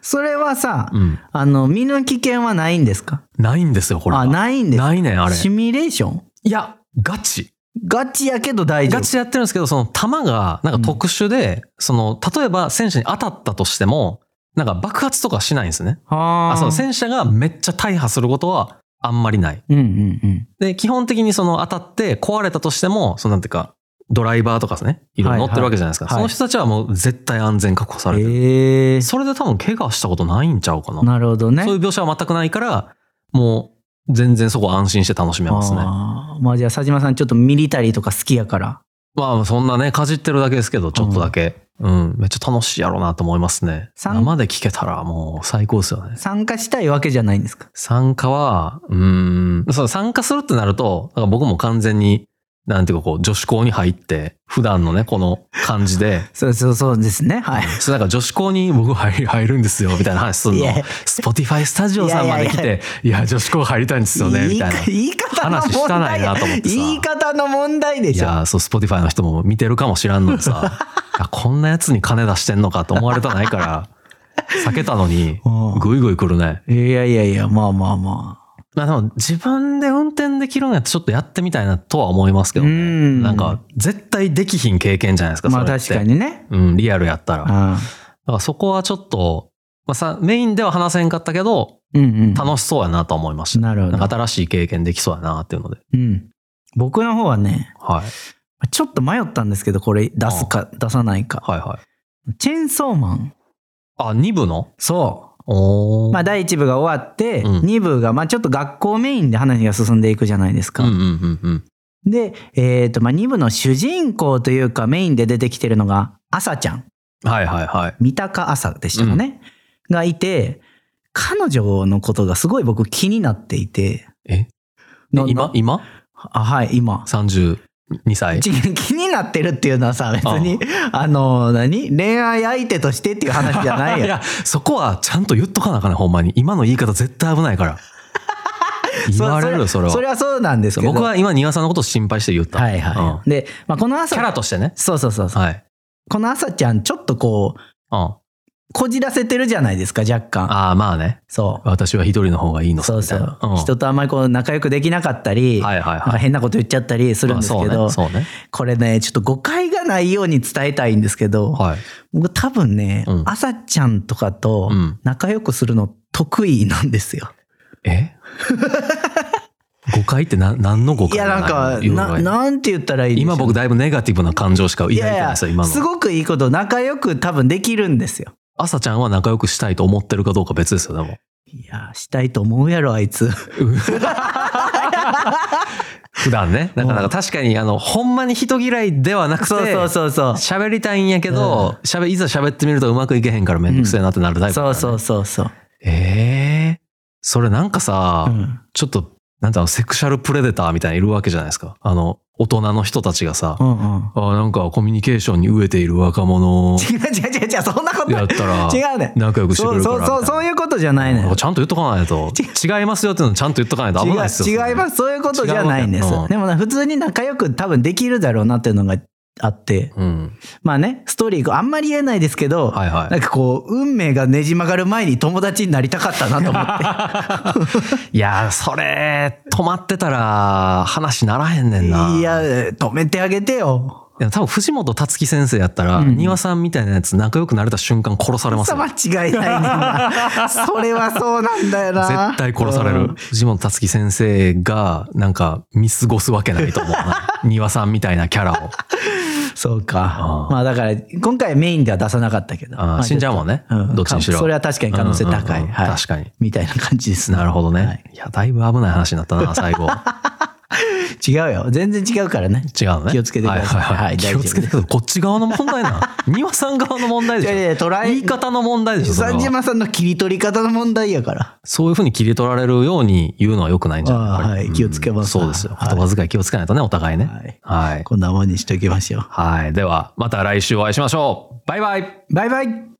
Speaker 3: それはさ、
Speaker 2: うん。
Speaker 3: あの身の危険はないんですか
Speaker 2: ないんですよ、これが。
Speaker 3: あないんです
Speaker 2: ないねん、あれ。
Speaker 3: シミュレーション
Speaker 2: いや、ガチ。
Speaker 3: ガチやけど大丈夫
Speaker 2: ガチでやってるんですけど、その弾がなんか特殊で、その、例えば戦車に当たったとしても、なんか爆発とかしないんですね。
Speaker 3: は
Speaker 2: あ
Speaker 3: あ
Speaker 2: その戦車がめっちゃ大破することはあんまりない。
Speaker 3: うんうんうん
Speaker 2: で、基本的にその当たって壊れたとしても、そのなんていうか、ドライバーとかですね、いろいろ乗ってるわけじゃないですか。
Speaker 3: はいはいはい
Speaker 2: その人たちはもう絶対安全確保されてる。
Speaker 3: ええ
Speaker 2: それで多分怪我したことないんちゃうかな。
Speaker 3: なるほどね。
Speaker 2: そういう描写は全くないから、もう全然そこ安心して楽しめますね。
Speaker 3: あーまあじゃあ佐島さんちょっとミリタリーとか好きやから。
Speaker 2: まあそんなね、かじってるだけですけど、ちょっとだけ。うん、めっちゃ楽しいやろうなと思いますね。
Speaker 3: さん
Speaker 2: 生で聞けたらもう最高ですよね。
Speaker 3: 参加したいわけじゃないんですか。
Speaker 2: 参加は、うーん、そう、参加するってなると、なんか僕も完全に、なんていうかこう、女子校に入って、普段のね、この感じ で、
Speaker 3: そうそうそうですね。はい。
Speaker 2: そうなんか女子校に僕入り入るんですよ、みたいな話する
Speaker 3: い
Speaker 2: の
Speaker 3: や。
Speaker 2: スポティファイスタジオさんまで来
Speaker 3: いやいや
Speaker 2: て、いや、女子校入りたいんですよね、みたいな。
Speaker 3: 言い方の
Speaker 2: 話し
Speaker 3: 問
Speaker 2: たない
Speaker 3: 題
Speaker 2: なと思ってさ
Speaker 3: 言い方の問題で
Speaker 2: い
Speaker 3: しょ。
Speaker 2: やーそう、スポティファイの人も見てるかもしらんの にさ、いやこんなやつに金出してんのかと思われたないから、避けたのに
Speaker 3: うん、
Speaker 2: ぐいぐい来るね。
Speaker 3: いやいやいや、まあまあま
Speaker 2: まあでも、自分で運転できるんやったらちょっとやってみたいなとは思いますけど
Speaker 3: う
Speaker 2: ね。
Speaker 3: ん
Speaker 2: なんか、絶対できひん経験じゃないです
Speaker 3: あ。
Speaker 2: か、そ
Speaker 3: ま
Speaker 2: れ
Speaker 3: あ
Speaker 2: って。
Speaker 3: 確か。にね。
Speaker 2: うん、リアルやったら。だか
Speaker 3: あ
Speaker 2: らそこはちょっと、まあさ、メインでは話せんかったけど、
Speaker 3: うんうん。
Speaker 2: 楽しそうやなとは思いました。
Speaker 3: なるほど
Speaker 2: なんか新しい経験できそうやなっていうので。
Speaker 3: うん。僕の方はね、
Speaker 2: はい。
Speaker 3: ちょっと迷ったんですけど、これ出すか出さないか。
Speaker 2: はいはい。
Speaker 3: チェーンソーマン。
Speaker 2: あ、2部の
Speaker 3: そう。
Speaker 2: おー。
Speaker 3: まあ、第1部が終わって、
Speaker 2: うん
Speaker 3: 2部がまあちょっと学校メインで話が進んでいくじゃないですか。
Speaker 2: うんうんうんうん。
Speaker 3: で、えーとまあ、2部の主人公というかメインで出てきてるのが朝ちゃん
Speaker 2: はいはいはい。
Speaker 3: 三鷹朝でしたかね、がいて彼女のことがすごい僕気になっていて
Speaker 2: え
Speaker 3: な
Speaker 2: 今
Speaker 3: な
Speaker 2: 今
Speaker 3: あはい今
Speaker 2: ?30。 2歳
Speaker 3: ち気になってるっていうのはさ、別に、あの、何恋愛相手としてっていう話じゃない
Speaker 2: い
Speaker 3: や
Speaker 2: やそこはちゃんと言っとかなあかんねほんまに今の言い方絶対危ないから言われるよそれ は
Speaker 3: それはそうなんですけど。
Speaker 2: 僕は今庭さんのことを心配して言った
Speaker 3: はいはい。
Speaker 2: うん
Speaker 3: で、まあ、この朝、
Speaker 2: キャラとしてね
Speaker 3: そうそうそうそう。
Speaker 2: はい、
Speaker 3: この朝ちゃん、ちょっとこう、
Speaker 2: うん、あ
Speaker 3: こじらせてるじゃないですか、若干。
Speaker 2: あまあね
Speaker 3: そ。
Speaker 2: 私は一人の方がいいうのさ
Speaker 3: そうそ
Speaker 2: み
Speaker 3: う
Speaker 2: たいな。ん
Speaker 3: 人とあんまりこう、仲良くできなかったり、
Speaker 2: はいはい
Speaker 3: なんか
Speaker 2: はい
Speaker 3: 変なこと言っちゃったりするんですけど
Speaker 2: あ、そうねそうね
Speaker 3: これね、ちょっと誤解がないように伝えたいんですけど、
Speaker 2: はい
Speaker 3: 僕多分ね、
Speaker 2: うん
Speaker 3: 朝ちゃんとかと
Speaker 2: うん
Speaker 3: 仲良くするの得意なんですよ。
Speaker 2: え誤解ってな何の誤
Speaker 3: い
Speaker 2: 解
Speaker 3: や、なんか、
Speaker 2: 言うの
Speaker 3: な、
Speaker 2: が
Speaker 3: なんて言ったらいいんでしょう
Speaker 2: 今僕だいぶネガティブな感情しか抱い
Speaker 3: い
Speaker 2: てない
Speaker 3: やい
Speaker 2: で
Speaker 3: や、
Speaker 2: すよ今
Speaker 3: す
Speaker 2: の
Speaker 3: ごくいいこと、仲良く多分できるんですよ。
Speaker 2: 朝ちゃんは仲良くしたいと思ってるかどうか別ですよで も
Speaker 3: いや、したいと思うやろ、あいつ。
Speaker 2: 普段ねなかなか確かにあのほんまに人嫌いではなくて
Speaker 3: そうそうそうそう。
Speaker 2: 喋りたいんやけど、喋いざ喋ってみるとうまくいけへんからめんどくせえなってなるタイプだか
Speaker 3: そ
Speaker 2: ら
Speaker 3: うそう
Speaker 2: ね、
Speaker 3: そうそう。
Speaker 2: ええそれなんかさ、
Speaker 3: うん。
Speaker 2: ちょっとなんだろうセクシャルプレデターみたいないるわけじゃないですかあの大人の人たちがさ、
Speaker 3: うんうん。
Speaker 2: あなんかコミュニケーションに飢えている 若者
Speaker 3: 違う違う違う違う、そんなこと
Speaker 2: やったら
Speaker 3: 違うね。
Speaker 2: 仲良くしてく
Speaker 3: そう
Speaker 2: れるか
Speaker 3: そ
Speaker 2: ら
Speaker 3: う
Speaker 2: みたいな
Speaker 3: そう、そういうことじゃないね。
Speaker 2: ちゃんと言っとかない と違いますよっていうのちゃんと言っとかないと危ないですよ
Speaker 3: 違う違います。そういうことじゃないんです
Speaker 2: 違うわけや。うん
Speaker 3: でもな普通に仲良く多分できるだろうなっていうのがあって、
Speaker 2: うん
Speaker 3: まあね、ストーリー、あんまり言えないですけど、
Speaker 2: はいはい
Speaker 3: なんかこう、運命がねじ曲がる前に友達になりたかったなと思って。
Speaker 2: いやーそれ止まってたら話ならへんねん ない
Speaker 3: や、止めてあげてよ。
Speaker 2: いや多分藤本達樹先生やったら、
Speaker 3: うん
Speaker 2: 丹羽さんみたいなやつ仲良くなれた瞬間殺されます
Speaker 3: さ
Speaker 2: よ
Speaker 3: 間違いないねんな。それはそうなんだよな。
Speaker 2: 絶対殺される、
Speaker 3: うん
Speaker 2: 藤本達樹先生がなんか見過ごすわけないと思う な丹羽さんみたいなキャラを
Speaker 3: そうか
Speaker 2: う。ん
Speaker 3: まあだから、今回メインでは出さなかったけど。
Speaker 2: あ
Speaker 3: ま
Speaker 2: ー
Speaker 3: あ
Speaker 2: 死んじゃうもんね、
Speaker 3: うん
Speaker 2: どっちにしろ
Speaker 3: かそれは確かに可能性高い
Speaker 2: うんうんうん
Speaker 3: はい
Speaker 2: 確かに
Speaker 3: みたいな感じですね
Speaker 2: なるほどね、
Speaker 3: はい
Speaker 2: い、やだいぶ危ない話になったな最後
Speaker 3: 違うよ。全然違うからね。
Speaker 2: 違うのね
Speaker 3: 気をつけてください
Speaker 2: はは
Speaker 3: はい
Speaker 2: 気をつけてくださいこっち側の問題な 丹羽さん側の問題でしょ
Speaker 3: いやいや捉え
Speaker 2: 言い方の問題でしょそれ
Speaker 3: 三
Speaker 2: は
Speaker 3: 島さんの切り取り方の問題やから。
Speaker 2: そういうふうに切り取られるように言うのは良くないんじゃない
Speaker 3: ああ
Speaker 2: やっぱり
Speaker 3: はい気をつけます
Speaker 2: うんそうですよ。
Speaker 3: はい
Speaker 2: 言葉遣い気をつけないとね、お互いね。
Speaker 3: はい
Speaker 2: はい。
Speaker 3: こんなもんにしときましょう。
Speaker 2: はい。では、また来週お会いしましょう。バイバイ。
Speaker 3: バイバイ